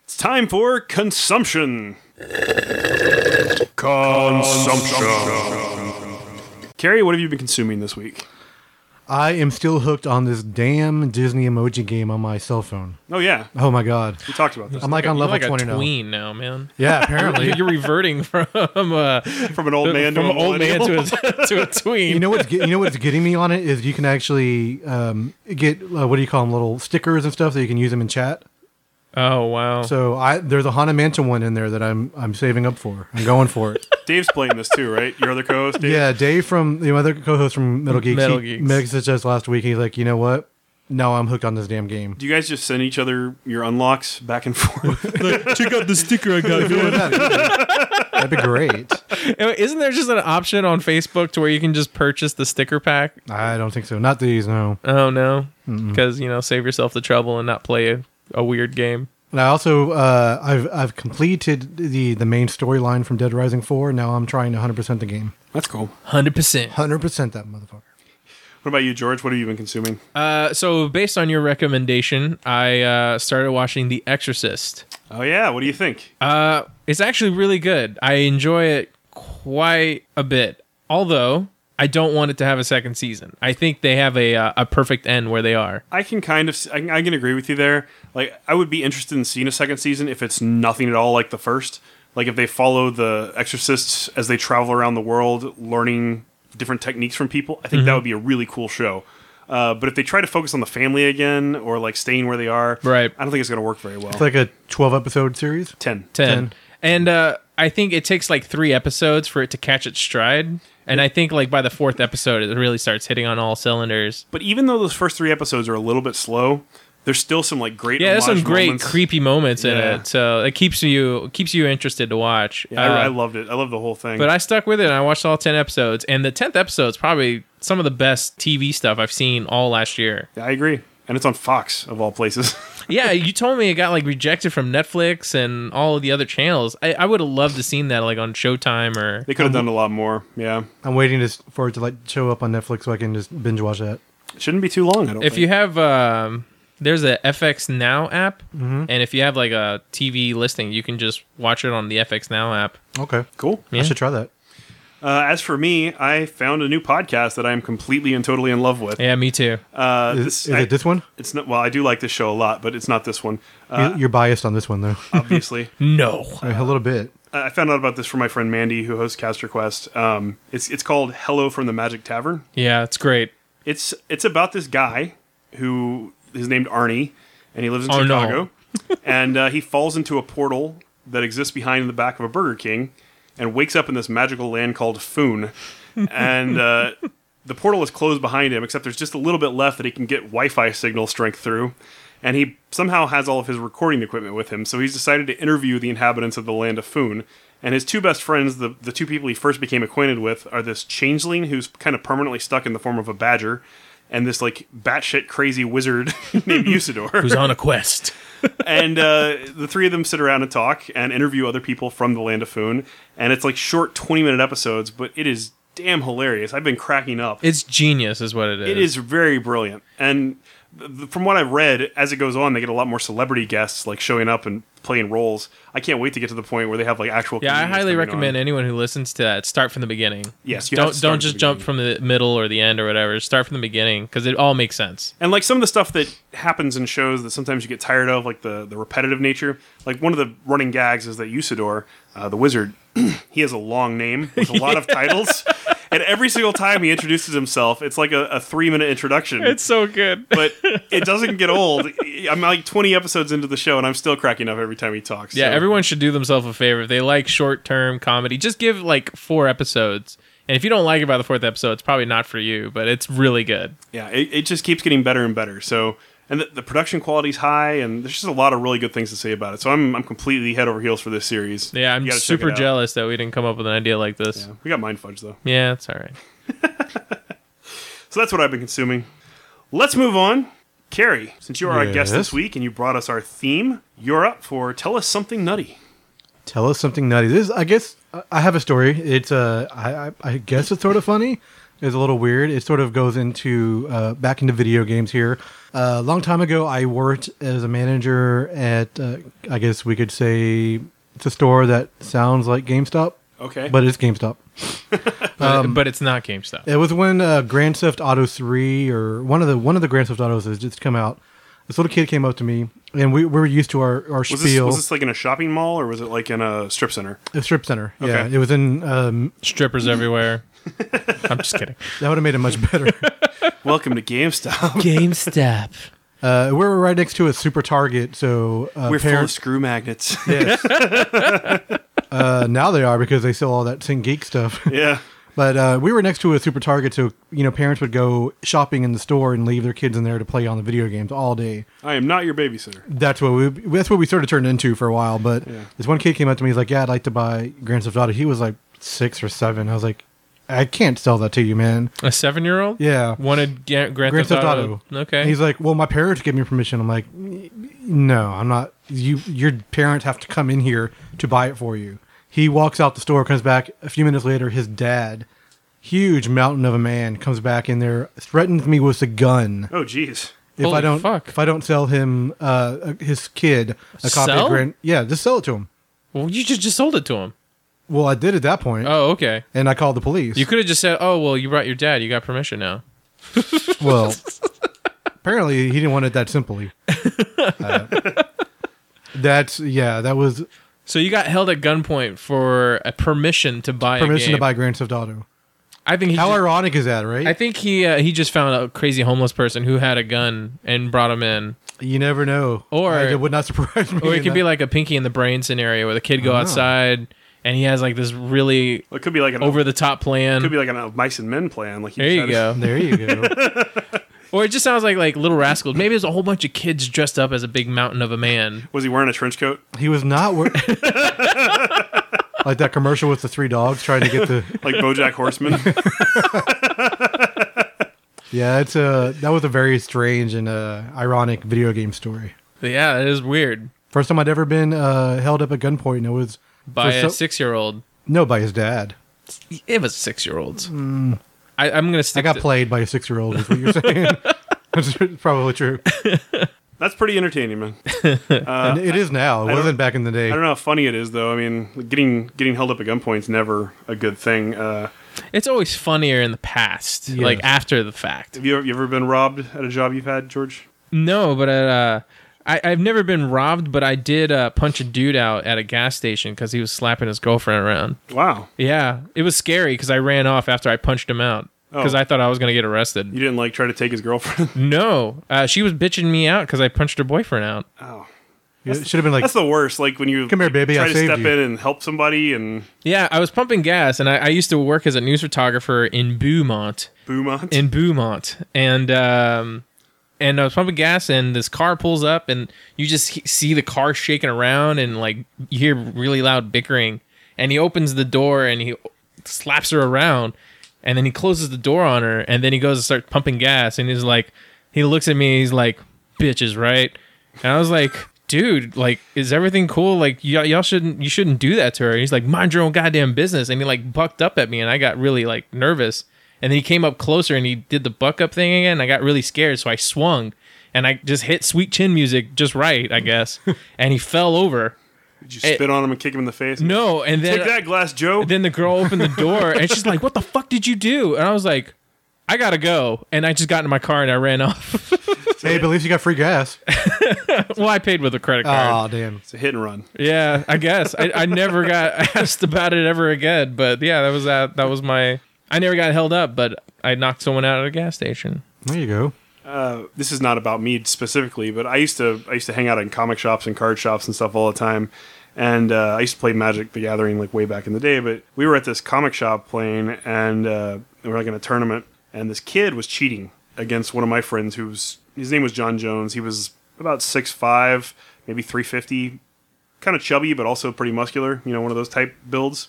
A: It's time for consumption. Consumption. Carrie, what have you been consuming this week?
C: I am still hooked on this damn Disney emoji game on my cell phone.
A: Oh yeah,
C: Oh my god.
A: we talked about this
C: I'm like on
B: You're
C: level
B: like a
C: 20 now.
B: tween now, man.
C: Yeah, apparently.
B: You're- You're reverting from uh,
A: from an old man to
B: from
A: an
B: old man to a, to a tween.
C: you know what's get, you know what's getting me on it is you can actually um, get uh, what do you call them little stickers and stuff that you can use them in chat.
B: oh wow.
C: So I there's a Haunted Mansion one in there that I'm I'm saving up for. I'm going for it.
A: Dave's playing this too, right? Your other co-host. Dave?
C: yeah, Dave from the other co-host from Metal Geeks.
B: Metal
C: he
B: Geeks.
C: messaged us last week. He's like, you know what? No, I'm hooked on this damn game.
A: Do you guys just send each other your unlocks back and forth?
B: check out the sticker I got.
C: That'd be great.
B: Isn't there just an option on Facebook to where you can just purchase the sticker pack?
C: I don't think so. Not these, no.
B: Oh no, because you know, save yourself the trouble and not play a, a weird game.
C: And I also uh, I've I've completed the the main storyline from Dead Rising Four. Now I'm trying to 100% the game.
A: That's cool.
B: Hundred percent.
C: 100% that motherfucker.
A: What about you, George? What have you been consuming?
B: Uh, so based on your recommendation, I uh, started watching The Exorcist.
A: Oh yeah, what do you think?
B: Uh, it's actually really good. I enjoy it quite a bit. Although I don't want it to have a second season. I think they have a uh, a perfect end where they are.
A: I can kind of s- I can, I can agree with you there. Like I would be interested in seeing a second season if it's nothing at all like the first. Like if they follow the exorcists as they travel around the world learning different techniques from people, I think
B: Mm-hmm.
A: that would be a really cool show. Uh, but if they try to focus on the family again or like staying where they are,
B: Right.
A: I don't think it's going to work very well.
C: It's like a 12 episode series.
A: 10.
B: 10. And uh, I think it takes like three episodes for it to catch its stride. And I think like by the fourth episode, it really starts hitting on all cylinders.
A: But even though those first three episodes are a little bit slow, there's still some like great.
B: Yeah, there's some
A: homage
B: great
A: moments.
B: creepy moments in
A: Yeah.
B: it, so it keeps you keeps you interested to watch.
A: Yeah, I, I
B: Uh,
A: loved it. I loved the whole thing.
B: but I stuck with it and I watched all 10 episodes. And the 10th episode is probably some of the best TV stuff I've seen all last year.
A: I agree, and it's on Fox of all places.
B: Yeah, you told me it got like rejected from Netflix and all of the other channels. I, I would have loved to seen that like on Showtime or
A: they could have done a lot more. Yeah,
C: I'm waiting to, s- for it to like show up on Netflix so I can just binge watch that.
A: it shouldn't be too long. I don't.
B: if
A: think.
B: you have um there's a FX Now app
A: Mm-hmm.
B: and if you have like a TV listing, you can just watch it on the FX Now app.
C: Okay.
A: cool.
B: Yeah.
C: I should try that.
A: Uh, as for me, I found a new podcast that I am completely and totally in love with.
B: Yeah, me too.
A: Uh,
C: Is,
A: this,
C: is
A: I-
C: it this one?
A: It's not. Well, I do like this show a lot, but it's not this one. Uh,
C: You- You're biased on this one, though.
A: obviously, Uh,
B: no.
C: a little bit.
A: I I found out about this from my friend Mandy, who hosts Cast Request. Um, it's it's called Hello from the Magic Tavern.
B: Yeah, it's great.
A: It's it's about this guy who is named Arnie, and he lives in
B: Oh, no.
A: Chicago, and uh, he falls into a portal that exists behind the back of a Burger King, and wakes up in this magical land called Foon, and uh, the portal is closed behind him, except there's just a little bit left that he can get Wi-Fi signal strength through. And he somehow has all of his recording equipment with him, so he's decided to interview the inhabitants of the land of Foon. And his two best friends, the, the two people he first became acquainted with, are this changeling who's kind of permanently stuck in the form of a badger, and this like batshit crazy wizard named Usador
B: Who's on a quest.
A: and uh, the three of them sit around and talk and interview other people from the land of Foon. And it's like short 20 minute episodes, but it is damn hilarious. I've been cracking up.
B: It's genius is what it is.
A: it is very brilliant. And th- th- from what I've read, as it goes on, they get a lot more celebrity guests like showing up and playing roles. I can't wait to get to the point where they have like actual.
B: Yeah, I
A: comedians
B: highly
A: coming
B: recommend
A: on.
B: anyone who listens to that start from the beginning.
A: Yes, you have
B: don't
A: to start
B: don't
A: from
B: just
A: the
B: jump from the middle or the end or whatever. Start from the beginning because it all makes sense.
A: And like some of the stuff that happens in shows that sometimes you get tired of, like the the repetitive nature. Like one of the running gags is that Usador, uh, the wizard, he has a long name with a lot of titles, and every single time he introduces himself, it's like a, a three minute introduction.
B: so good.
A: but it doesn't get old. I'm like 20 episodes into the show, and I'm still cracking up every time he talks.
B: yeah,
A: so-
B: everyone should do themselves a favor if they like short term comedy. Just give like four episodes, and if you don't like it by the fourth episode, it's probably not for you. But it's really good.
A: yeah, it, it just keeps getting better and better. So, and the, the production quality's high, and there's just a lot of really good things to say about it. So I'm I'm completely head over heels for this series.
B: Yeah,
A: You
B: I'm
A: gotta check
B: super
A: it out.
B: jealous that we didn't come up with an idea like this. Yeah,
A: We got mind fudge though.
B: it's all right.
A: So that's what I've been consuming. Let's move on. Carrie, since you are our guest
C: Yes.
A: this week and you brought us our theme, you're up for Tell Us Something Nutty.
C: Tell us something nutty. This, is, I guess, I- I have a story. It's uh, I, I- I guess it's sort of funny. It's a little weird. It sort of goes into uh, back into video games here. Uh, a long time ago, I worked as a manager at, uh, I guess we could say, it's a store that sounds like GameStop,
A: Okay.
C: but it's GameStop.
B: But, but it's not GameStop.
C: It was when uh, Grand Theft Auto three or one of the one of the Grand Theft Autos has just come out. This little kid came up to me, and we, we were used to our our
A: was this,
C: spiel.
A: was this like in a shopping mall or was it like in a strip center?
C: a strip center. Yeah,
A: Okay.
C: it was in. Um,
B: Strippers everywhere. I'm just kidding.
C: that would have made it much better.
A: Welcome to GameStop.
B: GameStop.
C: uh, we were right next to a super Target, so uh,
A: We're full of
C: parents.
A: screw magnets.
C: Yes. uh, now they are because they sell all that Sin Geek stuff.
A: yeah.
C: But uh, we were next to a super Target, so you know parents would go shopping in the store and leave their kids in there to play on the video games all day.
A: I am not your babysitter.
C: that's what we that's what we sort of turned into for a while. But this one kid came up to me, he's like, "Yeah, I'd like to buy Grand Theft Auto." He was like six or seven. I was like, "I can't sell that to you, man."
B: A seven year old.
C: Yeah,
B: Wanted Ga- Grand,
C: Grand Theft Auto.
B: Okay.
C: He's like, "Well, my parents gave me permission." I'm like, "No, I'm not. You, your parents have to come in here to buy it for you." He walks out the store, comes back a few minutes later. His dad, huge mountain of a man, comes back in there, threatens me with a gun.
A: Oh, geez.
C: if
B: Holy
C: I don't
B: fuck.
C: if I don't sell him uh, his kid a copy
B: Sell?
C: of Grand yeah just sell it to him
B: Well, you just just sold it to him.
C: Well, I did at that point,
B: Oh, okay.
C: and I called the police.
B: You could have just said, "Oh, well, you brought your dad. You got permission now."
C: well, apparently he didn't want it that simply. Uh, that's yeah. That was
B: So you got held at gunpoint for a permission to buy.
C: permission
B: a
C: to
B: game.
C: buy Grand Theft Auto.
B: I think he.
C: How
B: ju-
C: ironic is that, right?
B: I think he uh, he just found a crazy homeless person who had a gun and brought him in.
C: you never know.
B: Or-
C: I- it would not surprise me.
B: Or it
C: in
B: could be
C: that-
B: like a pinky in the brain scenario where the kid
C: Oh,
B: go outside and he has like this really
A: Well, it could be like an
B: over the top plan.
A: could be like an uh, mice and men plan. Like he
B: there you
A: decided-
B: go.
C: there you go.
B: Or it just sounds like like Little Rascals. Maybe there's a whole bunch of kids dressed up as a big mountain of a man.
A: Was he wearing a trench coat?
C: He was not wor- like that commercial with the three dogs trying to get the.
A: Like BoJack Horseman?
C: Yeah, it's a that was a very strange and uh, ironic video game story.
B: But yeah, it is weird.
C: First time I'd ever been uh, held up at gunpoint, and it was
B: By
C: for
B: a
C: so-
B: six year old.
C: no by his dad.
B: It was six year olds. I, I'm gonna stick.
C: Hmm. I got
B: to-
C: played by a six year old, is what you're saying. That's probably true.
A: That's pretty entertaining, man.
C: and it is now. It
A: don't-
C: wasn't back in the day.
A: Uh, I don't know how funny it is, though. I mean, getting getting held up at gunpoint's never a good thing. Uh,
B: It's always funnier in the past, like
C: Yes.
B: after the fact.
A: have you, you ever been robbed at a job you've had, George?
B: No, but uh, I, I've never been robbed, but I did uh, punch a dude out at a gas station because he was slapping his girlfriend around.
A: Wow,
B: Yeah, it was scary because I ran off after I punched him out because
A: Oh.
B: I thought I was gonna get arrested.
A: you didn't like try to take his girlfriend.
B: No, uh, she was bitching me out because I punched her boyfriend out.
C: It should have been like
A: That's the worst. Like when you
C: Come here, baby,
A: try
C: I
A: to
C: saved
A: step
C: you.
A: in and help somebody and
B: Yeah, I was pumping gas, and I, I used to work as a news photographer in Beaumont,
A: boom on.
B: in Beaumont, and um, and I was pumping gas, and this car pulls up, and you just he- see the car shaking around, and like you hear really loud bickering, and he opens the door, and he slaps her around, and then he closes the door on her, and then he goes and starts pumping gas, and he's like, he looks at me, he's like, bitches, right? And I was like. Dude, like, is everything cool? Like, y- y'all shouldn't, you shouldn't do that to her. And he's like, mind your own goddamn business. And he like bucked up at me, and I got really like nervous. And then he came up closer and he did the buck up thing again. and I got really scared, so I swung and I just hit sweet chin music just right, I guess. and he fell over.
A: Did you spit on him and kick him in the face?
B: No, and then
A: Take that, Glass Joe.
B: then the girl opened the door and she's like, "What the fuck did you do?" And I was like, "I gotta go." And I just got in my car and I ran off.
C: Hey, but at least you got free gas.
B: well, I paid with a credit card.
C: Oh, damn.
A: It's a hit and run.
B: Yeah, I guess I, I never got asked about it ever again. But yeah, that was uh, that. That was my. I never got held up, but I knocked someone out at a gas station.
C: There you go.
A: this is not about me specifically, but I used to I used to hang out in comic shops and card shops and stuff all the time. And uh, I used to play Magic the Gathering like way back in the day, but we were at this comic shop playing, and uh, we were like in a tournament, and this kid was cheating against one of my friends who's his name was John Jones. He was about six five, maybe three fifty, kind of chubby but also pretty muscular. You know, one of those type builds.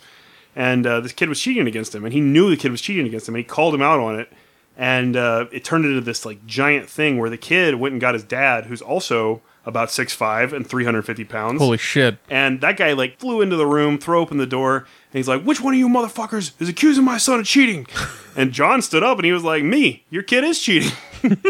A: And uh, this kid was cheating against him, and he knew the kid was cheating against him, and he called him out on it and uh, it turned into this like giant thing where the kid went and got his dad, who's also about six five and three hundred fifty pounds.
B: Holy shit!
A: And that guy like flew into the room, threw open the door, and he's like, "Which one of you motherfuckers is accusing my son of cheating?" and John stood up and he was like, "Me, your kid is cheating."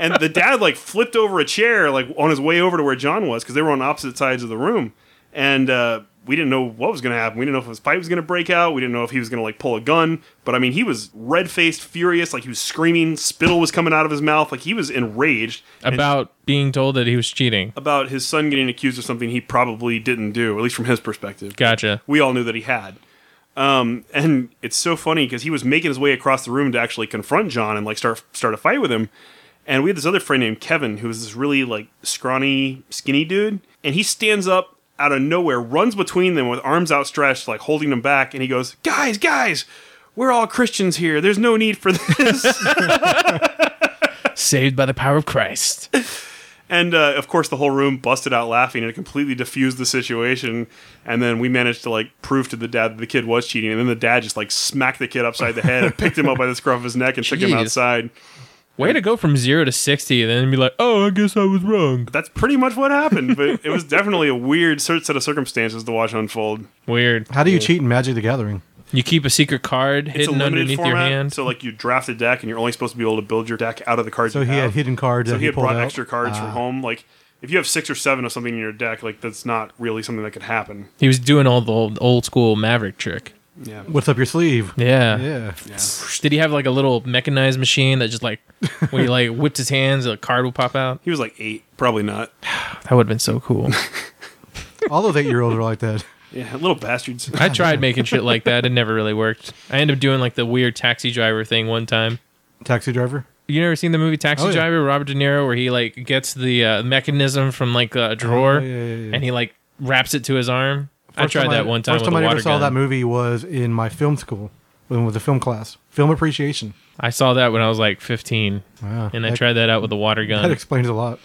A: and the dad like flipped over a chair like on his way over to where John was because they were on opposite sides of the room, and uh, we didn't know what was going to happen. We didn't know if his pipe was going to break out. We didn't know if he was going to like pull a gun. But I mean, he was red faced, furious, like he was screaming. Spittle was coming out of his mouth, like he was enraged
B: About being told that he was cheating.
A: about his son getting accused of something he probably didn't do, at least from his perspective
B: Gotcha.
A: we all knew that he had. Um, and it's so funny because he was making his way across the room to actually confront John and like start start a fight with him. And we had this other friend named Kevin who was this really like scrawny, skinny dude, and he stands up out of nowhere, runs between them with arms outstretched, like holding them back, and he goes, "Guys, guys, we're all Christians here. There's no need for this."
B: Saved by the power of Christ.
A: And uh, of course, the whole room busted out laughing, and it completely diffused the situation. And then we managed to like prove to the dad that the kid was cheating. And then the dad just like smacked the kid upside the head and picked him up by the scruff of his neck and took him
B: Jeez.
A: outside.
B: Way to go from zero to sixty, and then be like, "Oh, I guess I was wrong."
A: That's pretty much what happened. But it was definitely a weird cer- set of circumstances to watch unfold.
B: Weird.
C: How do you cheat in Magic the Gathering?
B: You keep a secret card
A: It's a
B: hidden
A: limited
B: underneath
A: format,
B: your hand.
A: so like you draft a deck, and you're only supposed to be able to build your deck out of the cards.
C: So
A: you
C: he had
A: have.
C: hidden cards
A: Um, So
C: that
A: he had
C: pulled
A: brought
C: out. Ah.
A: extra cards from home. Like if you have six or seven of something in your deck, like that's not really something that could happen.
B: He was doing all the old, old school Maverick trick.
A: Yeah.
C: What's up your sleeve?
B: Yeah.
C: Yeah.
B: Did he have like a little mechanized machine that just like when he like whipped his hands, a card would pop out?
A: He was like eight, probably not.
B: That would have been so cool.
C: All those eight year olds are like that.
A: Yeah, little bastards.
B: I tried making shit like that. It never really worked. I ended up doing like the weird taxi driver thing one time.
C: Taxi driver.
B: You never seen the movie Taxi
C: Oh, yeah.
B: Driver, Robert De Niro, where he like gets the uh, mechanism from like a drawer
C: Oh, yeah, yeah, yeah.
B: and he like wraps it to his arm. I
C: First
B: tried that one time
C: First
B: with
C: time
B: a
C: I
B: water
C: ever saw
B: gun.
C: that movie was in my film school, when with a film class, film appreciation.
B: I saw that when I was like 15,
C: Wow.
B: and I
C: That-
B: tried that out with a water
C: That
B: gun.
C: explains a lot.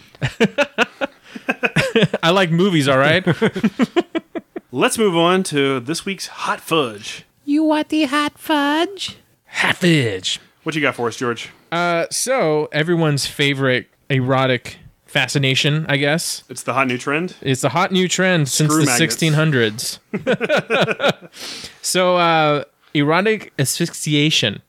B: I like movies, all right.
A: Let's move on to this week's hot fudge.
B: you want the hot fudge? Hot fudge.
A: What you got for us, George?
B: Uh, so everyone's favorite erotic fascination, I guess.
A: It's the hot new trend.
B: It's a hot new trend since
A: Screw
B: the
A: magnets.
B: 1600s. so, uh, erotic asphyxiation.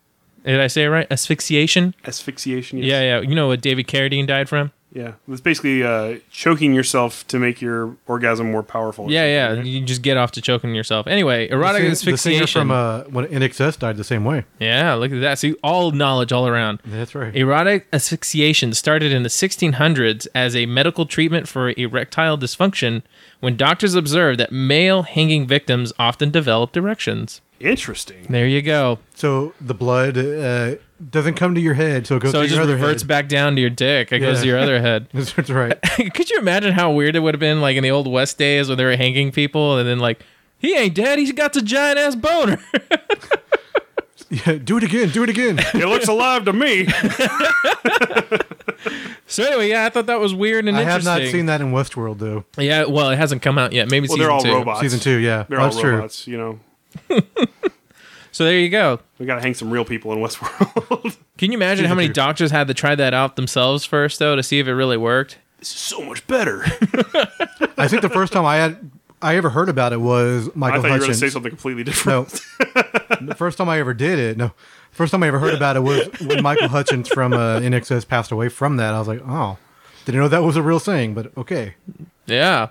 B: Did I say it right? Asphyxiation?
A: Asphyxiation.
B: Yeah,
A: Yes.
B: yeah. You know what David Carradine died from?
A: Yeah, yeah. It's basically uh, choking yourself to make your orgasm more powerful. or
B: Yeah, yeah.
A: something, right?
B: You just get off to choking yourself. Anyway, erotic
C: The sing- the singer
B: asphyxiation.
C: from uh, when NXS died the same way.
B: yeah, look at that. See, all knowledge all around.
C: That's right.
B: Erotic asphyxiation started in the 1600s as a medical treatment for erectile dysfunction when doctors observed that male hanging victims often developed erections.
A: Interesting.
B: There you go.
C: So the blood uh, doesn't come to your head, so it goes
B: So
C: to
B: it
C: your
B: just
C: other
B: reverts
C: head.
B: back down to your dick. It goes to
C: Yeah.
B: your other head.
C: That's right.
B: Could you imagine how weird it would have been like in the old West days when they were hanging people and then like, he ain't dead. He's got the giant ass boner.
C: Yeah, do it again. Do it again.
A: It looks alive to me.
B: so anyway, yeah, I thought that was weird and
C: I have
B: interesting.
C: not seen that in Westworld though.
B: Yeah, well, it hasn't come out yet. Maybe
A: Well,
B: season
A: they're all
B: two.
A: robots.
C: Season two. Yeah,
A: They're
C: that's
A: all
C: true.
A: robots. You know,
B: So there you go.
A: we got to hang some real people in Westworld.
B: Can you imagine how many
C: two.
B: doctors had to try that out themselves first though to see if it really worked?
A: this is so much better.
C: I think the first time I had I ever heard about it was
A: I
C: Michael
A: thought you were going to
C: Hutchins.
A: say something completely different.
C: no, the first time I ever did it. No, the first time I ever heard about it was when Michael Hutchins from uh, NXS passed away from that. I was like, oh, didn't know that was a real thing, but okay.
B: Yeah.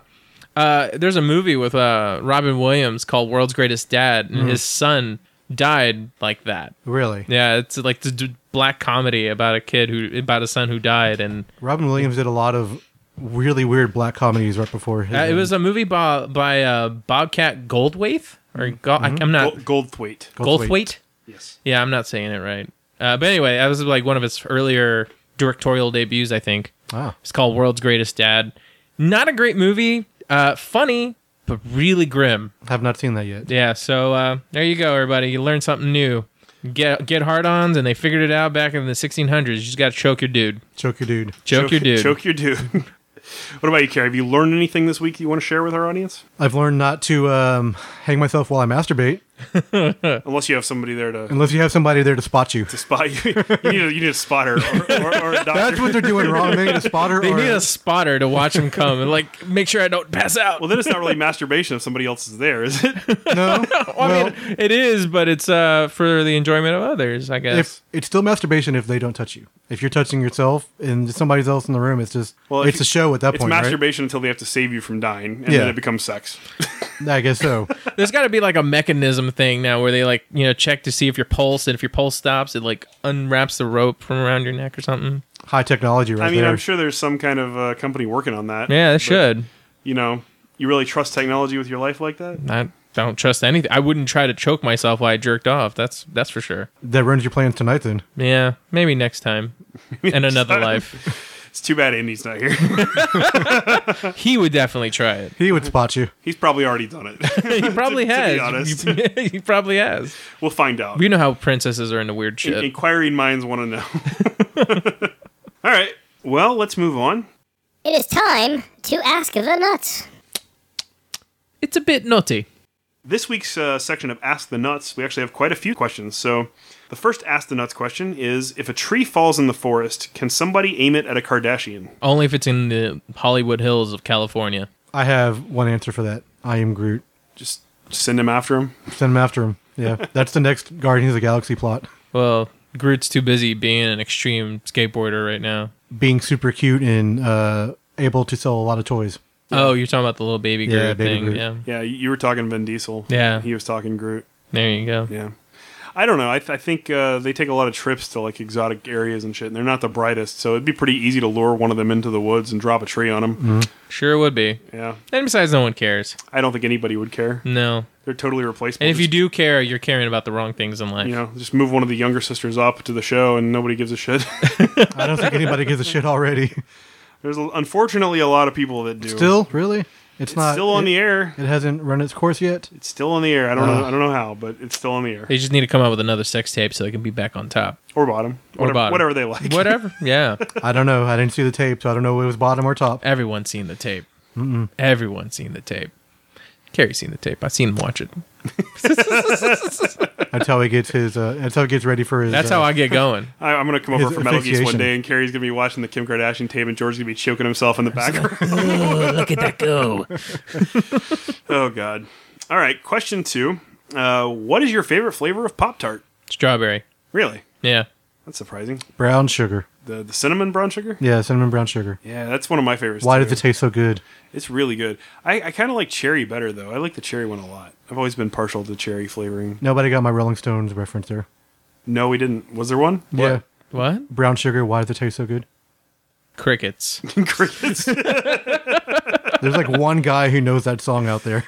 B: Uh, there's a movie with uh, Robin Williams called World's Greatest Dad, and
C: Mm-hmm.
B: his son died like that.
C: Really,
B: Yeah, it's like the d- black comedy about a kid who about a son who died, and
C: Robin Williams did a lot of really weird black comedies right before. His
B: uh, it was a movie by, by uh, Bobcat Goldthwait or Go- I, am not
A: Gold, Goldthwait.
B: Mm-hmm.
C: uh,
B: Goldthwait.
A: Yes.
B: Yeah, I'm not saying it right. Uh, but anyway, that was like one of his earlier directorial debuts, I think.
C: Ah.
B: It's called World's Greatest Dad. Not a great movie. Uh, funny, but really grim.
C: have not seen that yet.
B: Yeah, so uh, there you go, everybody. You learned something new. Get get hard-ons, and they figured it out back in the 1600s. You just got to choke your dude.
C: Choke your dude.
B: Choke, your dude.
A: Choke your dude. what about you, Carrie? Have you learned anything this week you want to share with our audience?
C: I've learned not to um, hang myself while I masturbate
A: Unless you have somebody there to
C: unless you have somebody there to spot you.
A: spot you. you, need a, you need a spotter or, or, or a doctor.
C: That's what they're doing wrong. They need a spotter.
B: They
C: or
B: need a spotter to watch him come and like make sure I don't pass out.
A: well, then it's not really masturbation if somebody else is there, is it?
C: no.
B: I
C: well,
B: mean, it is, but it's uh, for the enjoyment of others, I guess.
C: if it's still masturbation if they don't touch you. If you're touching yourself and somebody else in the room, it's just
A: Well, if
C: it's
A: you-
C: a show at that
A: It's
C: point, right?
A: masturbation until they have to save you from dying, and
C: Yeah.
A: then it becomes sex.
C: I guess so.
B: There's got to be like a mechanism thing now where they like you know check to see if your pulse and if your pulse stops, it like unwraps the rope from around your neck or something.
C: High technology, right
A: I mean,
C: there.
A: I'm sure there's some kind of uh, company working on that.
B: Yeah, it
A: But,
B: should.
A: You know, you really trust technology with your life like that?
B: I don't trust anything. I wouldn't try to choke myself while I jerked off. That's that's for sure.
C: That ruins your plans tonight. Then
B: Yeah, maybe next time in another life.
A: It's too bad Andy's not here.
B: He would definitely try it.
C: he
A: Mhm.
C: would spot you.
A: He's probably already done it.
B: He probably
A: To- to be
B: has. he probably has.
A: we'll find out.
B: We know how princesses are into weird shit.
A: Inquiring minds want to know. All right. Well, let's move on.
F: It is time to ask the nuts.
B: It's a bit nutty.
A: This week's uh, section of Ask the Nuts, we actually have quite a few questions. So, the first Ask the Nuts question is If a tree falls in the forest, can somebody aim it at a Kardashian?
B: Only if it's in the Hollywood Hills of California.
C: I have one answer for that. I am Groot.
A: Just send him after him.
C: Send him after him. Yeah, that's the next Guardians of the Galaxy plot.
B: Well, Groot's too busy being an extreme skateboarder right now.
C: Being super cute in uh, able to sell a lot of toys.
B: Oh, you're talking about the little baby Groot
C: Yeah, Baby
B: thing.
C: Groot.
B: Yeah.
A: Yeah, you you were talking Vin Diesel.
B: Yeah.
A: he was talking Groot.
B: There you go.
A: Yeah, I don't know. I, th- I think uh, they take a lot of trips to like exotic areas and shit, and they're not the brightest, so it'd be pretty easy to lure one of them into the woods and drop a tree on them.
B: Mm-hmm. Sure would be.
A: Yeah,
B: And besides, no one cares.
A: I don't think anybody would care.
B: No.
A: They're totally replaceable.
B: Mm. And if you
A: Just,
B: do care, you're caring about the wrong things in life.
A: you know, just move one of the younger sisters up to the show, and nobody gives a shit.
C: I don't think anybody gives a shit already.
A: There's a, unfortunately a lot of people that do.
C: Still, really, it's,
A: it's
C: not
A: still on
C: it-
A: the air.
C: It hasn't run its course yet.
A: It's still on the air. I don't
C: Uh.
A: know. I don't know how, but it's still on the air
B: They just need to come out with another sex tape so they can be back on top.
A: or bottom,
B: Or
A: whatever,
B: bottom.
A: whatever they like.
B: Whatever. yeah.
C: I don't know. I didn't see the tape, so I don't know if it was bottom or top.
B: Everyone's seen the tape. Everyone's seen the tape. Carrie's seen the tape. I've seen him watch it.
C: That's how he gets his. Uh, that's how he gets ready for his.
B: That's
C: uh,
B: how I get going.
A: I, I'm gonna come over
C: His
A: for Metal Geese one
C: asphyxiation.
A: day, and Carrie's gonna be watching the Kim Kardashian tape, and George's gonna be choking himself in the background.
B: Look at that go.
A: oh God! All right, question two: uh, What is your favorite flavor of Pop Tart?
B: Strawberry.
A: Really?
B: Yeah.
A: That's surprising.
C: brown sugar.
A: The the cinnamon brown sugar.
C: Yeah, cinnamon brown sugar.
A: Yeah, that's one of my favorites.
C: Why
A: too.
C: does it taste so good?
A: It's really good. I, I kind of like cherry better though. I like the cherry one a lot. I've always been partial to cherry flavoring.
C: Nobody got my Rolling Stones reference there.
A: No, we didn't. Was there one?
C: Yeah,
B: What?
C: brown sugar. Why does it taste so good?
B: Crickets.
A: Crickets.
C: There's like one guy who knows that song out there.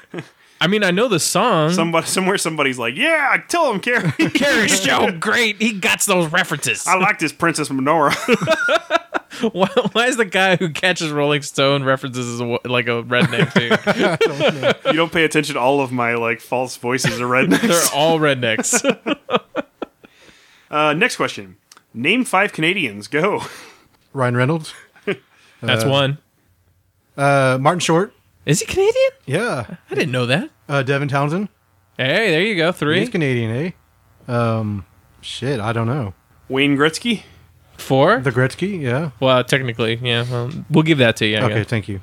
B: I mean, I know the song.
A: Somebody somewhere somebody's like, yeah, tell him, Carrie.
B: Carrie's so great. He got those references.
A: I like this Princess Menorah.
B: Why, why is the guy who catches Rolling Stone references as a, wo- like a redneck dude?
A: you don't pay attention. to All of my like false voices are
B: They're
A: rednecks.
B: all rednecks.
A: Uh, next question. Name five Canadians. Go.
C: Ryan Reynolds,
B: That's one.
C: uh, Martin Short.
B: Is he Canadian?
C: Yeah,
B: I didn't know that.
C: uh, Devin Townsend.
B: Hey, there you go. Three,
C: He's Canadian, eh? Um, shit, I don't know.
A: Wayne Gretzky.
B: four.
C: The Gretzky, yeah.
B: well, technically, yeah. Well, we'll give that to you. I
C: Okay,
B: guess.
C: thank you.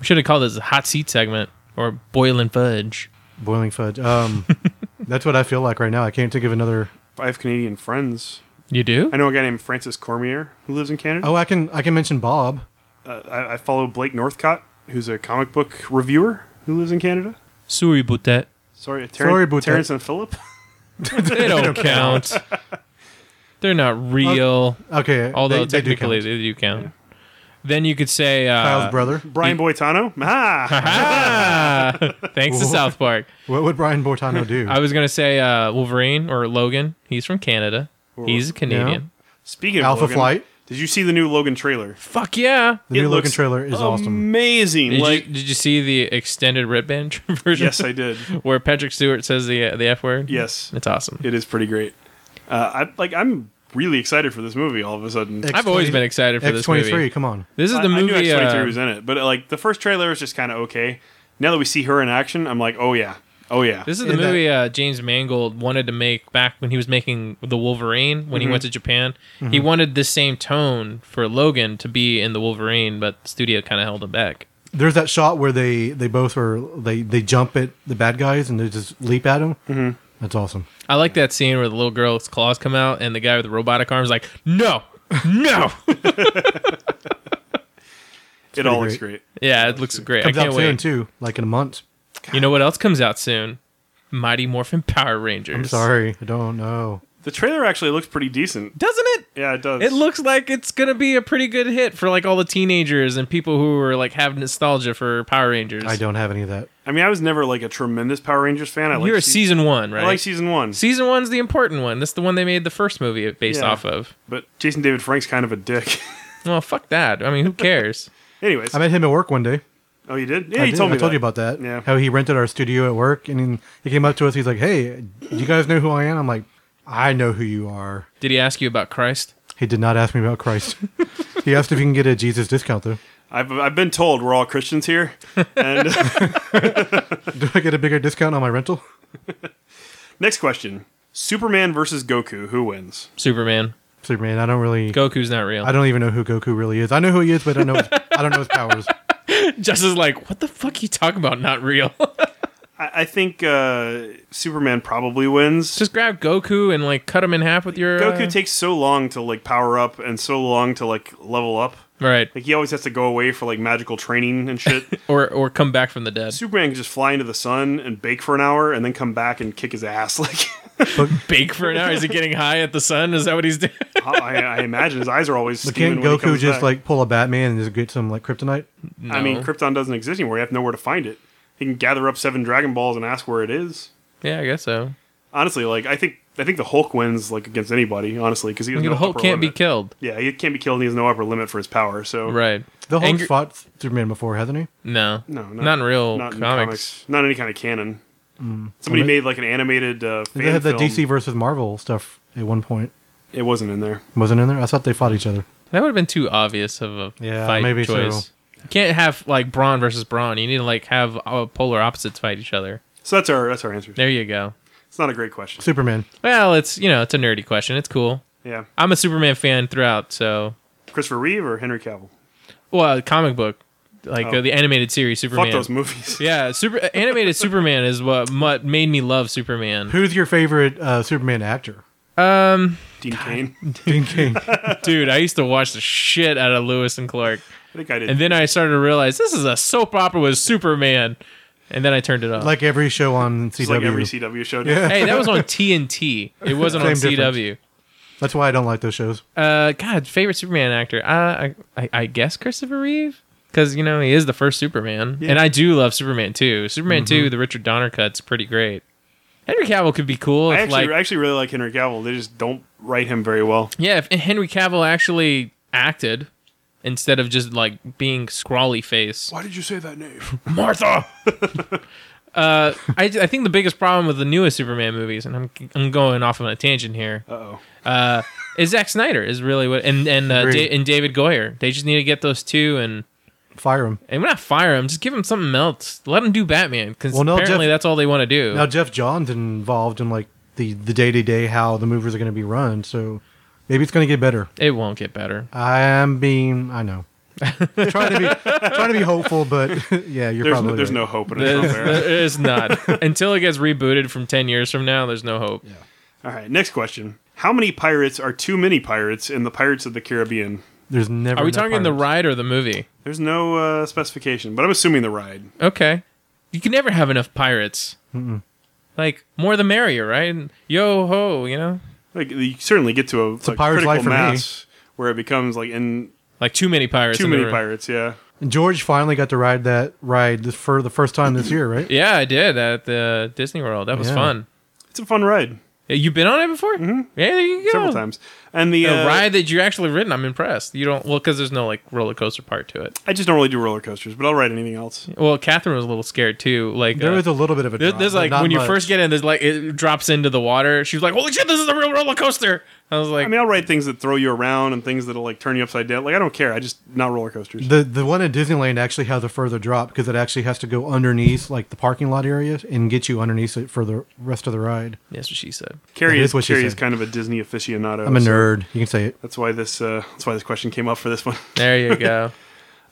B: We should have called this a hot seat segment or boiling fudge.
C: Boiling fudge. Um, that's what I feel like right now. I can't think of another.
A: Five Canadian friends.
B: You do?
A: I know a guy named Francis Cormier who lives in Canada.
C: Oh, I can I can mention Bob. Oh.
A: I, I follow Blake Northcott, who's a comic book reviewer who lives in Canada.
B: Sorry about that.
A: Sorry, Ter-
C: Sorry about that.
A: Terrence and Philip.
B: They don't count. They're not
C: Uh,
B: real.
C: Okay,
B: although
C: they- they do
B: technically
C: count.
B: they do count. Then you could say uh,
C: Kyle's brother.
A: Brian E. Boitano. Ah,
B: Thanks to South Park.
C: What would Brian Bortano do?
B: I was gonna say uh, Wolverine or Logan. He's from Canada. He's a Canadian.
A: speaking of
C: Alpha
A: Logan,
C: Flight.
A: Did you see the new Logan trailer?
B: Fuck yeah!
C: the new
A: it
C: Logan
A: looks
C: trailer is awesome.
A: Amazing.
B: Did,
A: like,
B: you, did you see the extended red band version?
A: yes, I did.
B: Where Patrick Stewart says the uh, the f word.
A: Yes,
B: it's awesome.
A: it is pretty great. Uh, I like. I'm really excited for this movie. All of a sudden,
B: I've always been excited for this
C: X23,
B: movie.
C: come on.
B: This is the
A: I, I knew
B: movie.
A: X23
B: uh,
A: was in it, but like the first trailer was just kind of okay. Now that we see her in action, I'm like, oh yeah, oh yeah.
B: this is the
C: in that-
B: movie uh, James Mangold wanted to make back when he was making the Wolverine
C: Mm-hmm.
B: when he went to Japan. He wanted this same tone for Logan to be in the Wolverine, but the studio kind of held him back.
C: There's that shot where they they both are they they jump at the bad guys and they just leap at them. Mm-hmm. That's awesome.
B: I like that scene where the little girl's claws come out and the guy with the robotic arms like, no, no.
A: it all
C: pretty
A: looks great.
B: yeah, it looks great.
C: Comes
B: I
C: out
B: can't
C: soon
B: wait.
C: too, like in a month.
B: You know what else comes out soon? Mighty Morphin Power Rangers.
C: I'm sorry, I don't know.
A: The trailer actually looks pretty decent.
B: Doesn't it?
A: Yeah, it does.
B: It looks like it's gonna be a pretty good hit for like all the teenagers and people who are like have nostalgia for Power Rangers.
C: I don't have any of that.
A: I mean, I was never like a tremendous Power Rangers fan. I like
B: You're a
A: se-
B: season one, right?
A: I like season one,
B: season one's the important one. That's the one they made the first movie based
A: Yeah.
B: off of.
A: but Jason David Frank's kind of a dick.
B: Well, fuck that. I mean, who cares?
A: Anyways,
C: I met him at work one day.
A: oh, you did? Yeah,
C: I
A: you
C: did.
A: told me.
C: I told
A: that.
C: you about that.
A: Yeah.
C: How he rented our studio at work, and then he came up to us. He's like, "Hey, do you guys know who I am?" I'm like, "I know who you are."
B: Did he ask you about Christ?
C: He did not ask me about Christ. he asked if you can get a Jesus discount though.
A: I've I've been told we're all Christians here, and.
C: Do I get a bigger discount on my rental?
A: Next question: Superman versus Goku. Who wins?
B: Superman.
C: Superman. I don't really.
B: Goku's not real.
C: I don't even know who Goku really is. I know who he is, but I don't know. I don't know his powers.
B: Jess is like, what the fuck you talking about? Not real.
A: I, I think uh, Superman probably wins.
B: Just grab Goku and like cut him in half with your.
A: Goku
B: uh,
A: takes so long to like power up and so long to like level up.
B: uh, Right.
A: Like he always has to go away for like magical training and shit.
B: Or or come back from the dead.
A: Superman can just fly into the sun and bake for an hour and then come back and kick his ass. Like
B: Bake for an hour. Is he getting high at the sun? Is that what he's doing?
A: I, I imagine his eyes are always.
C: But can't
A: steaming when he
C: Goku
A: comes
C: just
A: back.
C: like pull a Batman and just get some like kryptonite?
A: I mean,
B: No.
A: Krypton doesn't exist anymore. You have to know where to find it. He can gather up seven Dragon Balls and ask where it is.
B: Yeah, I guess so.
A: Honestly, like I think I think the Hulk wins like against anybody. Honestly, because he has
B: The
A: no
B: Hulk
A: upper
B: can't be
A: limit.
B: killed.
A: Yeah, he can't be killed. and He has no upper limit for his power. So
B: Right.
C: The Hulk's
B: Angry-
C: fought Superman before, hasn't he?
B: No.
A: No, not,
B: Not in real
A: not in
B: comics.
A: Not any kind of canon. Somebody
C: Hmm. Well,
A: made like an animated uh, fan
C: They had the
A: film.
C: DC versus Marvel stuff at one point.
A: It wasn't in there.
C: Wasn't in there. I thought they fought each other.
B: That would have been too obvious of a
C: Yeah,
B: fight
C: maybe
B: choice.
C: so.
B: You can't have like brawn versus brawn. You need to like have uh, polar opposites fight each other.
A: So that's our that's our answer.
B: There you go.
A: It's not a great question.
C: Superman.
B: Well, it's you know it's a nerdy question. It's cool.
A: Yeah,
B: I'm a Superman fan throughout, so
A: Christopher Reeve or Henry Cavill?
B: well, comic book, like
A: Oh.
B: uh, the animated series Superman.
A: Fuck those movies.
B: yeah, super animated Superman is what mu- made me love Superman.
C: Who's your favorite uh, Superman actor?
B: Um,
A: Dean Cain. I
C: Dean King.
B: dude, I used to watch the shit out of Lewis and Clark,
A: think I did.
B: and then I started to realize this is a soap opera with Superman, and then I turned it off.
C: like every show on CW.
A: It's like every CW show. Yeah.
B: hey, that was on TNT. It wasn't on
C: Same
B: CW.
C: That's why I don't like those shows.
B: Uh, God, favorite Superman actor? Uh, I, I, I guess Christopher Reeve, because you know he is the first Superman, and I do love Superman too. Superman
A: Mm-hmm.
B: two, the Richard Donner cut's pretty great. Henry Cavill could be cool
A: I
B: if
A: actually,
B: like
A: I actually really like Henry Cavill. They just don't write him very well.
B: yeah, if Henry Cavill actually acted instead of just like being scrawly face.
A: Why did you say that name?
B: Martha. uh, I, I think the biggest problem with the newest Superman movies, and I'm I'm going off on a tangent here,
A: Uh oh.
B: is Zack Snyder is really what and and uh,
C: Agreed.
B: da- and David Goyer. They just need to get those two and
C: Fire him.
B: and not fire him. Just give him something else. Let him do Batman because
C: Well, no,
B: apparently
C: Jeff-
B: that's all they want to do.
C: Now Jeff John's involved in like the the day to day how the movies are going to be run. So maybe it's going to get better.
B: it won't get better.
C: I'm being I know trying to be trying to be hopeful, but yeah, you're
A: There's
C: probably
A: no, there's
C: right.
A: no hope in a Trump
B: There's-
A: era.
B: There is not until it gets rebooted from ten years from now. There's no hope.
A: All right. Next question. How many pirates are too many pirates in the Pirates of the Caribbean?
C: There's never.
B: Are we
C: enough
B: talking the
C: pirates.
B: ride or the movie?
A: There's no uh, specification, but I'm assuming the ride.
B: Okay, you can never have enough pirates. Like more the merrier, right? And Yo ho, you know,
A: Like you certainly get to a, like,
C: pirate's
A: critical
C: life for me.
A: mass where it becomes like in
B: like too many pirates.
A: too
B: in
A: many
B: the room.
A: pirates. Yeah.
C: George finally got to ride that ride this, for the first time this year, right?
B: Yeah, I did at the Disney World. That was
C: Yeah.
B: fun.
A: It's a fun ride.
B: Yeah, You've been on it before? Mm-hmm. Yeah, there you go.
A: Several times. And the,
B: The
A: uh,
B: ride that you actually ridden, I'm impressed. You don't well because there's no like roller coaster part to it.
A: I just don't really do roller coasters, but I'll ride anything else.
B: Well, Catherine was a little scared too. Like
C: There
B: uh,
C: was a little bit of a.
B: there-
C: drop,
B: there's
C: but
B: like
C: not
B: when you
C: much.
B: first get in, there's like it drops into the water. She was like, "Holy shit, this is a real roller coaster!" I was like,
A: I mean, I'll ride things that throw you around and things that'll like turn you upside down. Like I don't care. I just not roller coasters.
C: The the one at Disneyland actually has a further drop because it actually has to go underneath like the parking lot area and get you underneath it for the rest of the ride.
B: "That's what she said."
A: Carrie
C: That
A: is,
C: is what she
A: Carrie is
C: said.
A: kind of a Disney
B: Oh,
A: aficionado.
C: I'm a
A: so
C: nerd. You can say it.
A: that's why this. Uh, that's why this question came up for this one.
B: There you go.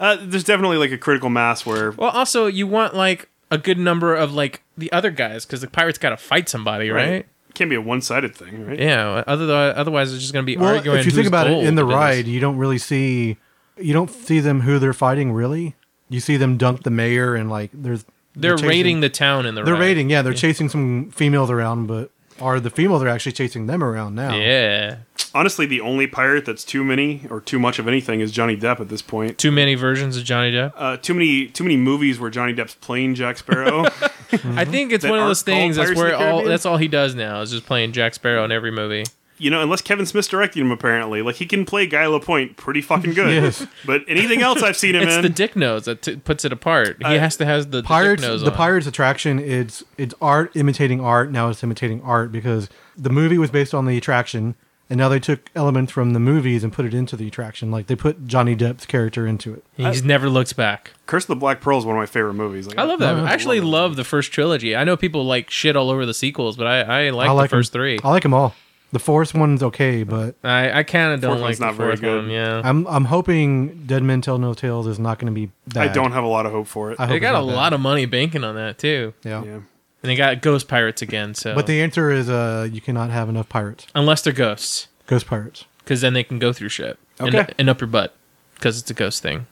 A: Uh, there's definitely like a critical mass where
C: Oh,
B: well, also you want like a good number of like the other guys because the pirates got to fight somebody, right?
A: It can't be a one-sided thing, right?
B: Yeah. Other otherwise, it's just gonna be
C: Well,
B: arguing.
C: if you think
B: who's
C: about it,
B: gold
C: in the
B: is.
C: ride, you don't really see, you don't see them who they're fighting really. You see them dunk the mayor and like there's
B: they're
C: chasing-
B: raiding the town in the
C: They're
B: ride.
C: raiding. Yeah, they're chasing some females around, but are the females are actually chasing them around now?
B: Yeah,
A: Honestly, the only pirate that's too many or too much of anything is Johnny Depp at this point.
B: too many versions of Johnny Depp.
A: Uh, too many, too many movies where Johnny Depp's playing Jack Sparrow.
B: I think it's
A: Mm-hmm. That
B: one of
A: aren't
B: those things
A: called
B: that's
A: Pirates of the
B: where all
A: Caribbean?
B: that's all he does now is just playing Jack Sparrow in every movie.
A: you know, unless Kevin Smith's directing him, apparently, like he can play Guy Lapointe pretty fucking good.
C: Yes.
A: But anything else I've seen him
B: It's
A: in,
B: the dick nose that t- puts it apart. He
A: I-
B: has to have the
C: Pirates,
B: dick nose
C: the
B: on.
C: Pirates attraction, it's it's art imitating art. Now it's imitating art because the movie was based on the attraction, and now they took elements from the movies and put it into the attraction. Like they put Johnny Depp's character into it.
B: He's never looked back.
A: Curse of the Black Pearl is one of my favorite movies. Like,
B: I love that.
C: I
B: I actually
A: love that.
B: love the first trilogy. I know people like shit all over the sequels, but I, I like
C: I like
B: the first
C: them.
B: three.
C: I like them all. The fourth one's okay, but
B: I, I kind of don't
A: Fourth
B: like
A: one's
B: the
A: not very
B: fourth
A: good.
B: one. Yeah,
C: I'm I'm hoping Dead Men Tell No Tales is not going to be
A: I
C: bad.
A: don't have a lot of hope for it.
C: I hope
B: they
C: it's
B: got a
C: not bad.
B: lot of money banking on that too,
C: Yeah.
A: yeah.
B: and they got ghost pirates again. So,
C: But the answer is uh, you cannot have enough pirates,
B: unless they're ghosts,
C: ghost pirates.
B: because then they can go through shit and-
A: Okay.
B: and up your butt. because it's a ghost thing.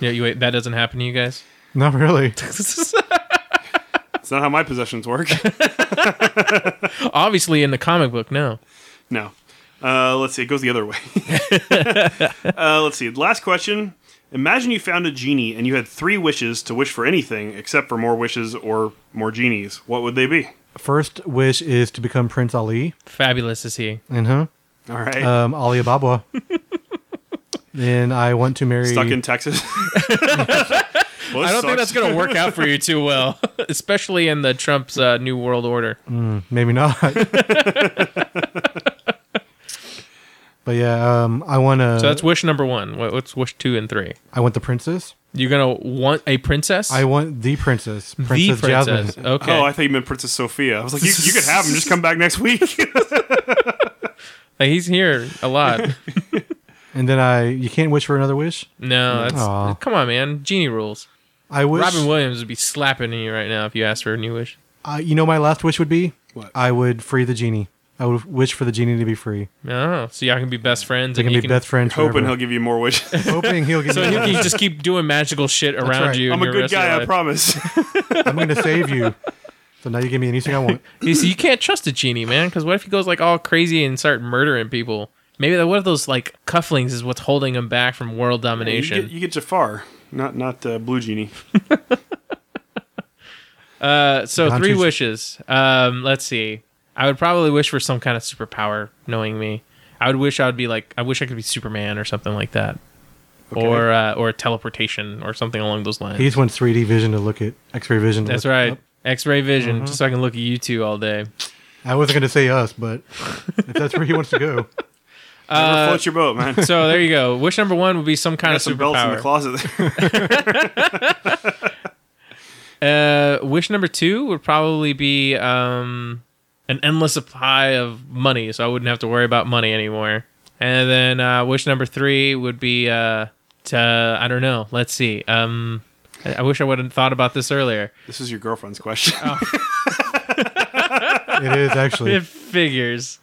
B: Yeah, you wait. That doesn't happen to you guys.
C: Not really.
A: It's not how my possessions work.
B: Obviously, in the comic book, no.
A: No. Uh, let's see. It goes the other way. uh, let's see. Last question. Imagine you found a genie and you had three wishes to wish for anything except for more wishes or more genies. What would they be?
C: First wish is to become Prince Ali.
B: Fabulous is he?
C: Uh huh.
A: All right.
C: Um, Ali Ababa. then I want to marry.
A: Stuck in Texas. Well, this
B: I don't think
A: sucks.
B: that's going to work out for you too well, especially in the Trump's uh, New World Order.
C: Maybe not. but yeah, um, I want to.
B: So that's wish number one. What- What's wish two and three?
C: I want the princess.
B: You're going to want a princess?
C: I want the princess.
B: the
C: Princess
B: princess.
C: Jasmine.
B: Okay.
A: Oh, I thought you meant Princess Sophia. I was like, you, you could have him. Just come back next week.
B: Like, he's here a lot.
C: And then I, you can't wish for another wish.
B: No, that's
C: Aw.
B: come on, man. Genie rules.
C: I wish.
B: Robin Williams would be slapping you right now if you asked for a new wish.
C: Uh, you know, my last wish would be
A: What?
C: I would free the genie. I would wish for the genie to be free.
B: No, so y'all can be best friends.
C: They can
B: and
C: be
B: you
C: best friends.
A: Hoping he'll
C: forever.
A: give you more wishes.
C: hoping he'll give.
B: So
C: me
B: you can just keep doing magical shit around
C: right.
B: you.
A: I'm a
B: and your
A: good
B: rest of your
A: guy, I
B: life.
A: promise.
C: I'm going to save you. So now you give me anything I want.
B: You see, you can't trust a genie, man, because what if he goes like all crazy and start murdering people? Maybe that one of those like cufflings is what's holding him back from world
A: you,
B: domination.
A: get, you get Jafar, not not uh, Blue Genie.
B: Uh, so
C: Don
B: three
C: Tucci.
B: wishes. Um, let's see. I would probably wish for some kind of superpower. Knowing me, I would wish I would be like I wish I could be Superman or something like that, or uh, or teleportation or something along those lines.
C: He just wants 3D vision to look at X-ray vision. to
B: That's
C: look
B: right.
C: up.
B: X-ray vision, just so I can look at you two all day.
C: I wasn't going to say us, but if that's where he wants to go,
A: Never float your boat, man.
B: Uh, So there you go. Wish number one would be some kind
A: Got
B: of
A: some belts in the
B: superpower.
A: closet. There.
B: Uh, wish number two would probably be um, an endless supply of money, so I wouldn't have to worry about money anymore. And then uh, wish number three would be uh, to I don't know. Let's see. Um, I, I wish I would have thought about this earlier.
A: this is your girlfriend's question.
B: Oh.
C: it is actually.
B: It figures.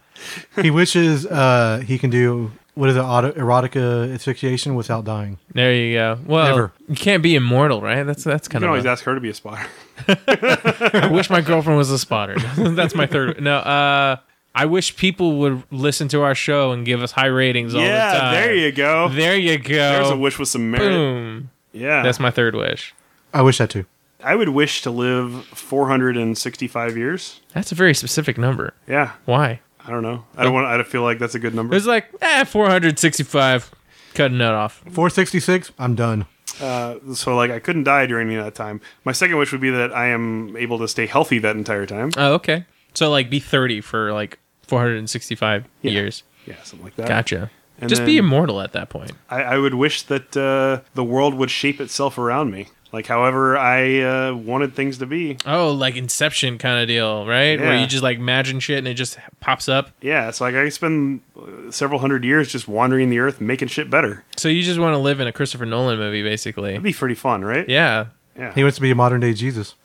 C: he wishes uh, he can do what is it, auto, erotica asphyxiation without dying.
B: There you go. Well,
C: Never.
B: you can't be immortal, right? That's that's
A: you
B: kind
A: can
B: of.
A: always ask her to be a spotter.
B: I wish my girlfriend was a spotter. That's my third. No. Uh, I wish people would listen to our show and give us high ratings all the
A: yeah,
B: time.
A: there you go.
B: There you go.
A: There's a wish with some merit.
B: Boom.
A: Yeah,
B: That's my third wish.
C: I wish that too.
A: I would wish to live 465 years.
B: That's a very specific number.
A: Yeah,
B: Why?
A: I don't know. I
B: Oh.
A: don't want. I don't feel like that's a good number.
B: It was like, eh, 465. Cutting that off.
C: 466. I'm done.
A: Uh, So like, I couldn't die during any of that time. My second wish would be that I am able to stay healthy that entire time.
B: Oh, okay. So, like, be 30 for like 465 years.
A: Yeah, something like that.
B: Gotcha.
A: And
B: Just be
A: then-
B: immortal at that point.
A: I, I would wish that uh, the world would shape itself around me, like however I uh, wanted things to be.
B: Oh, like Inception kind of deal, right? Where
A: Yeah.
B: you just like imagine shit and it just pops up.
A: Yeah, it's like I could spend uh, several hundred years just wandering the earth, making shit better.
B: So, you just want to live in a Christopher Nolan movie, basically.
A: It'd be pretty fun, right?
B: Yeah.
A: Yeah.
C: He wants to be a modern day Jesus.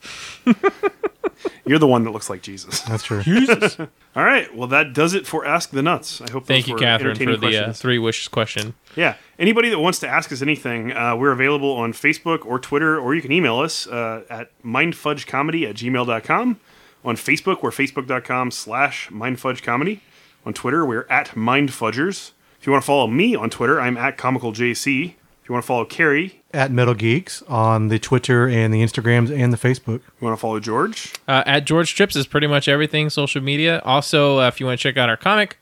A: You're the one that looks like Jesus.
C: That's true.
A: All right. Well, that does it for Ask the Nuts. I hope.
B: Thank
A: those
B: you,
A: were
B: Catherine,
A: entertaining
B: for the uh,
A: questions.
B: three wishes question.
A: Yeah. Anybody that wants to ask us anything, uh, we're available on Facebook or Twitter, or you can email us uh, at mindfudgecomedy at gmail.com. On Facebook, we're facebook.com slash mindfudgecomedy. On Twitter, we're at mindfudgers. If you want to follow me on Twitter, I'm at comicaljc. If you want to follow Carrie,
C: At Metal Geeks on the Twitter and the Instagrams and the Facebook.
A: you want to follow George,
B: uh, at George Trips is pretty much everything social media. Also, uh, if you want to check out our comic,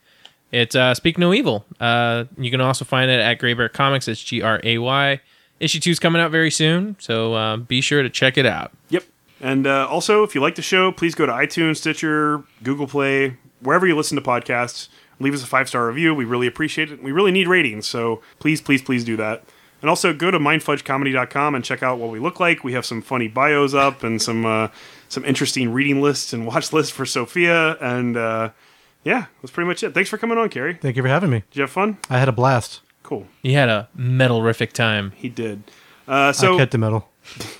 B: it's uh, Speak No Evil. Uh, you can also find it at Gray Bear Comics. It's G R A Y. Issue two is coming out very soon, so uh, be sure to check it out.
A: Yep. And uh, also, if you like the show, please go to iTunes, Stitcher, Google Play, wherever you listen to podcasts. Leave us a five star review. We really appreciate it. We really need ratings. So please, please, please do that. And also go to mindfudgecomedy.com and check out what we look like. We have some funny bios up and some uh, some interesting reading lists and watch lists for Sophia. And uh, yeah, that's pretty much it. Thanks for coming on, Carrie. Did
C: Thank you for having me.
A: you have fun?
C: I had a blast.
A: Cool.
B: He had a metalrific time
A: He did. Uh, so
C: I kept the metal.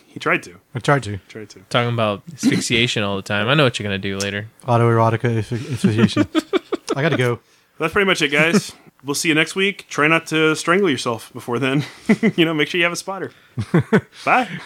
A: he tried to.
C: I tried to.
A: Tried to.
B: talking about asphyxiation all the time. I know what you're gonna do later.
C: Autoerotica asphyxiation. I got to go.
A: That's pretty much it, guys. We'll see you next week. Try not to strangle yourself before then. you know, make sure you have a spotter. Bye.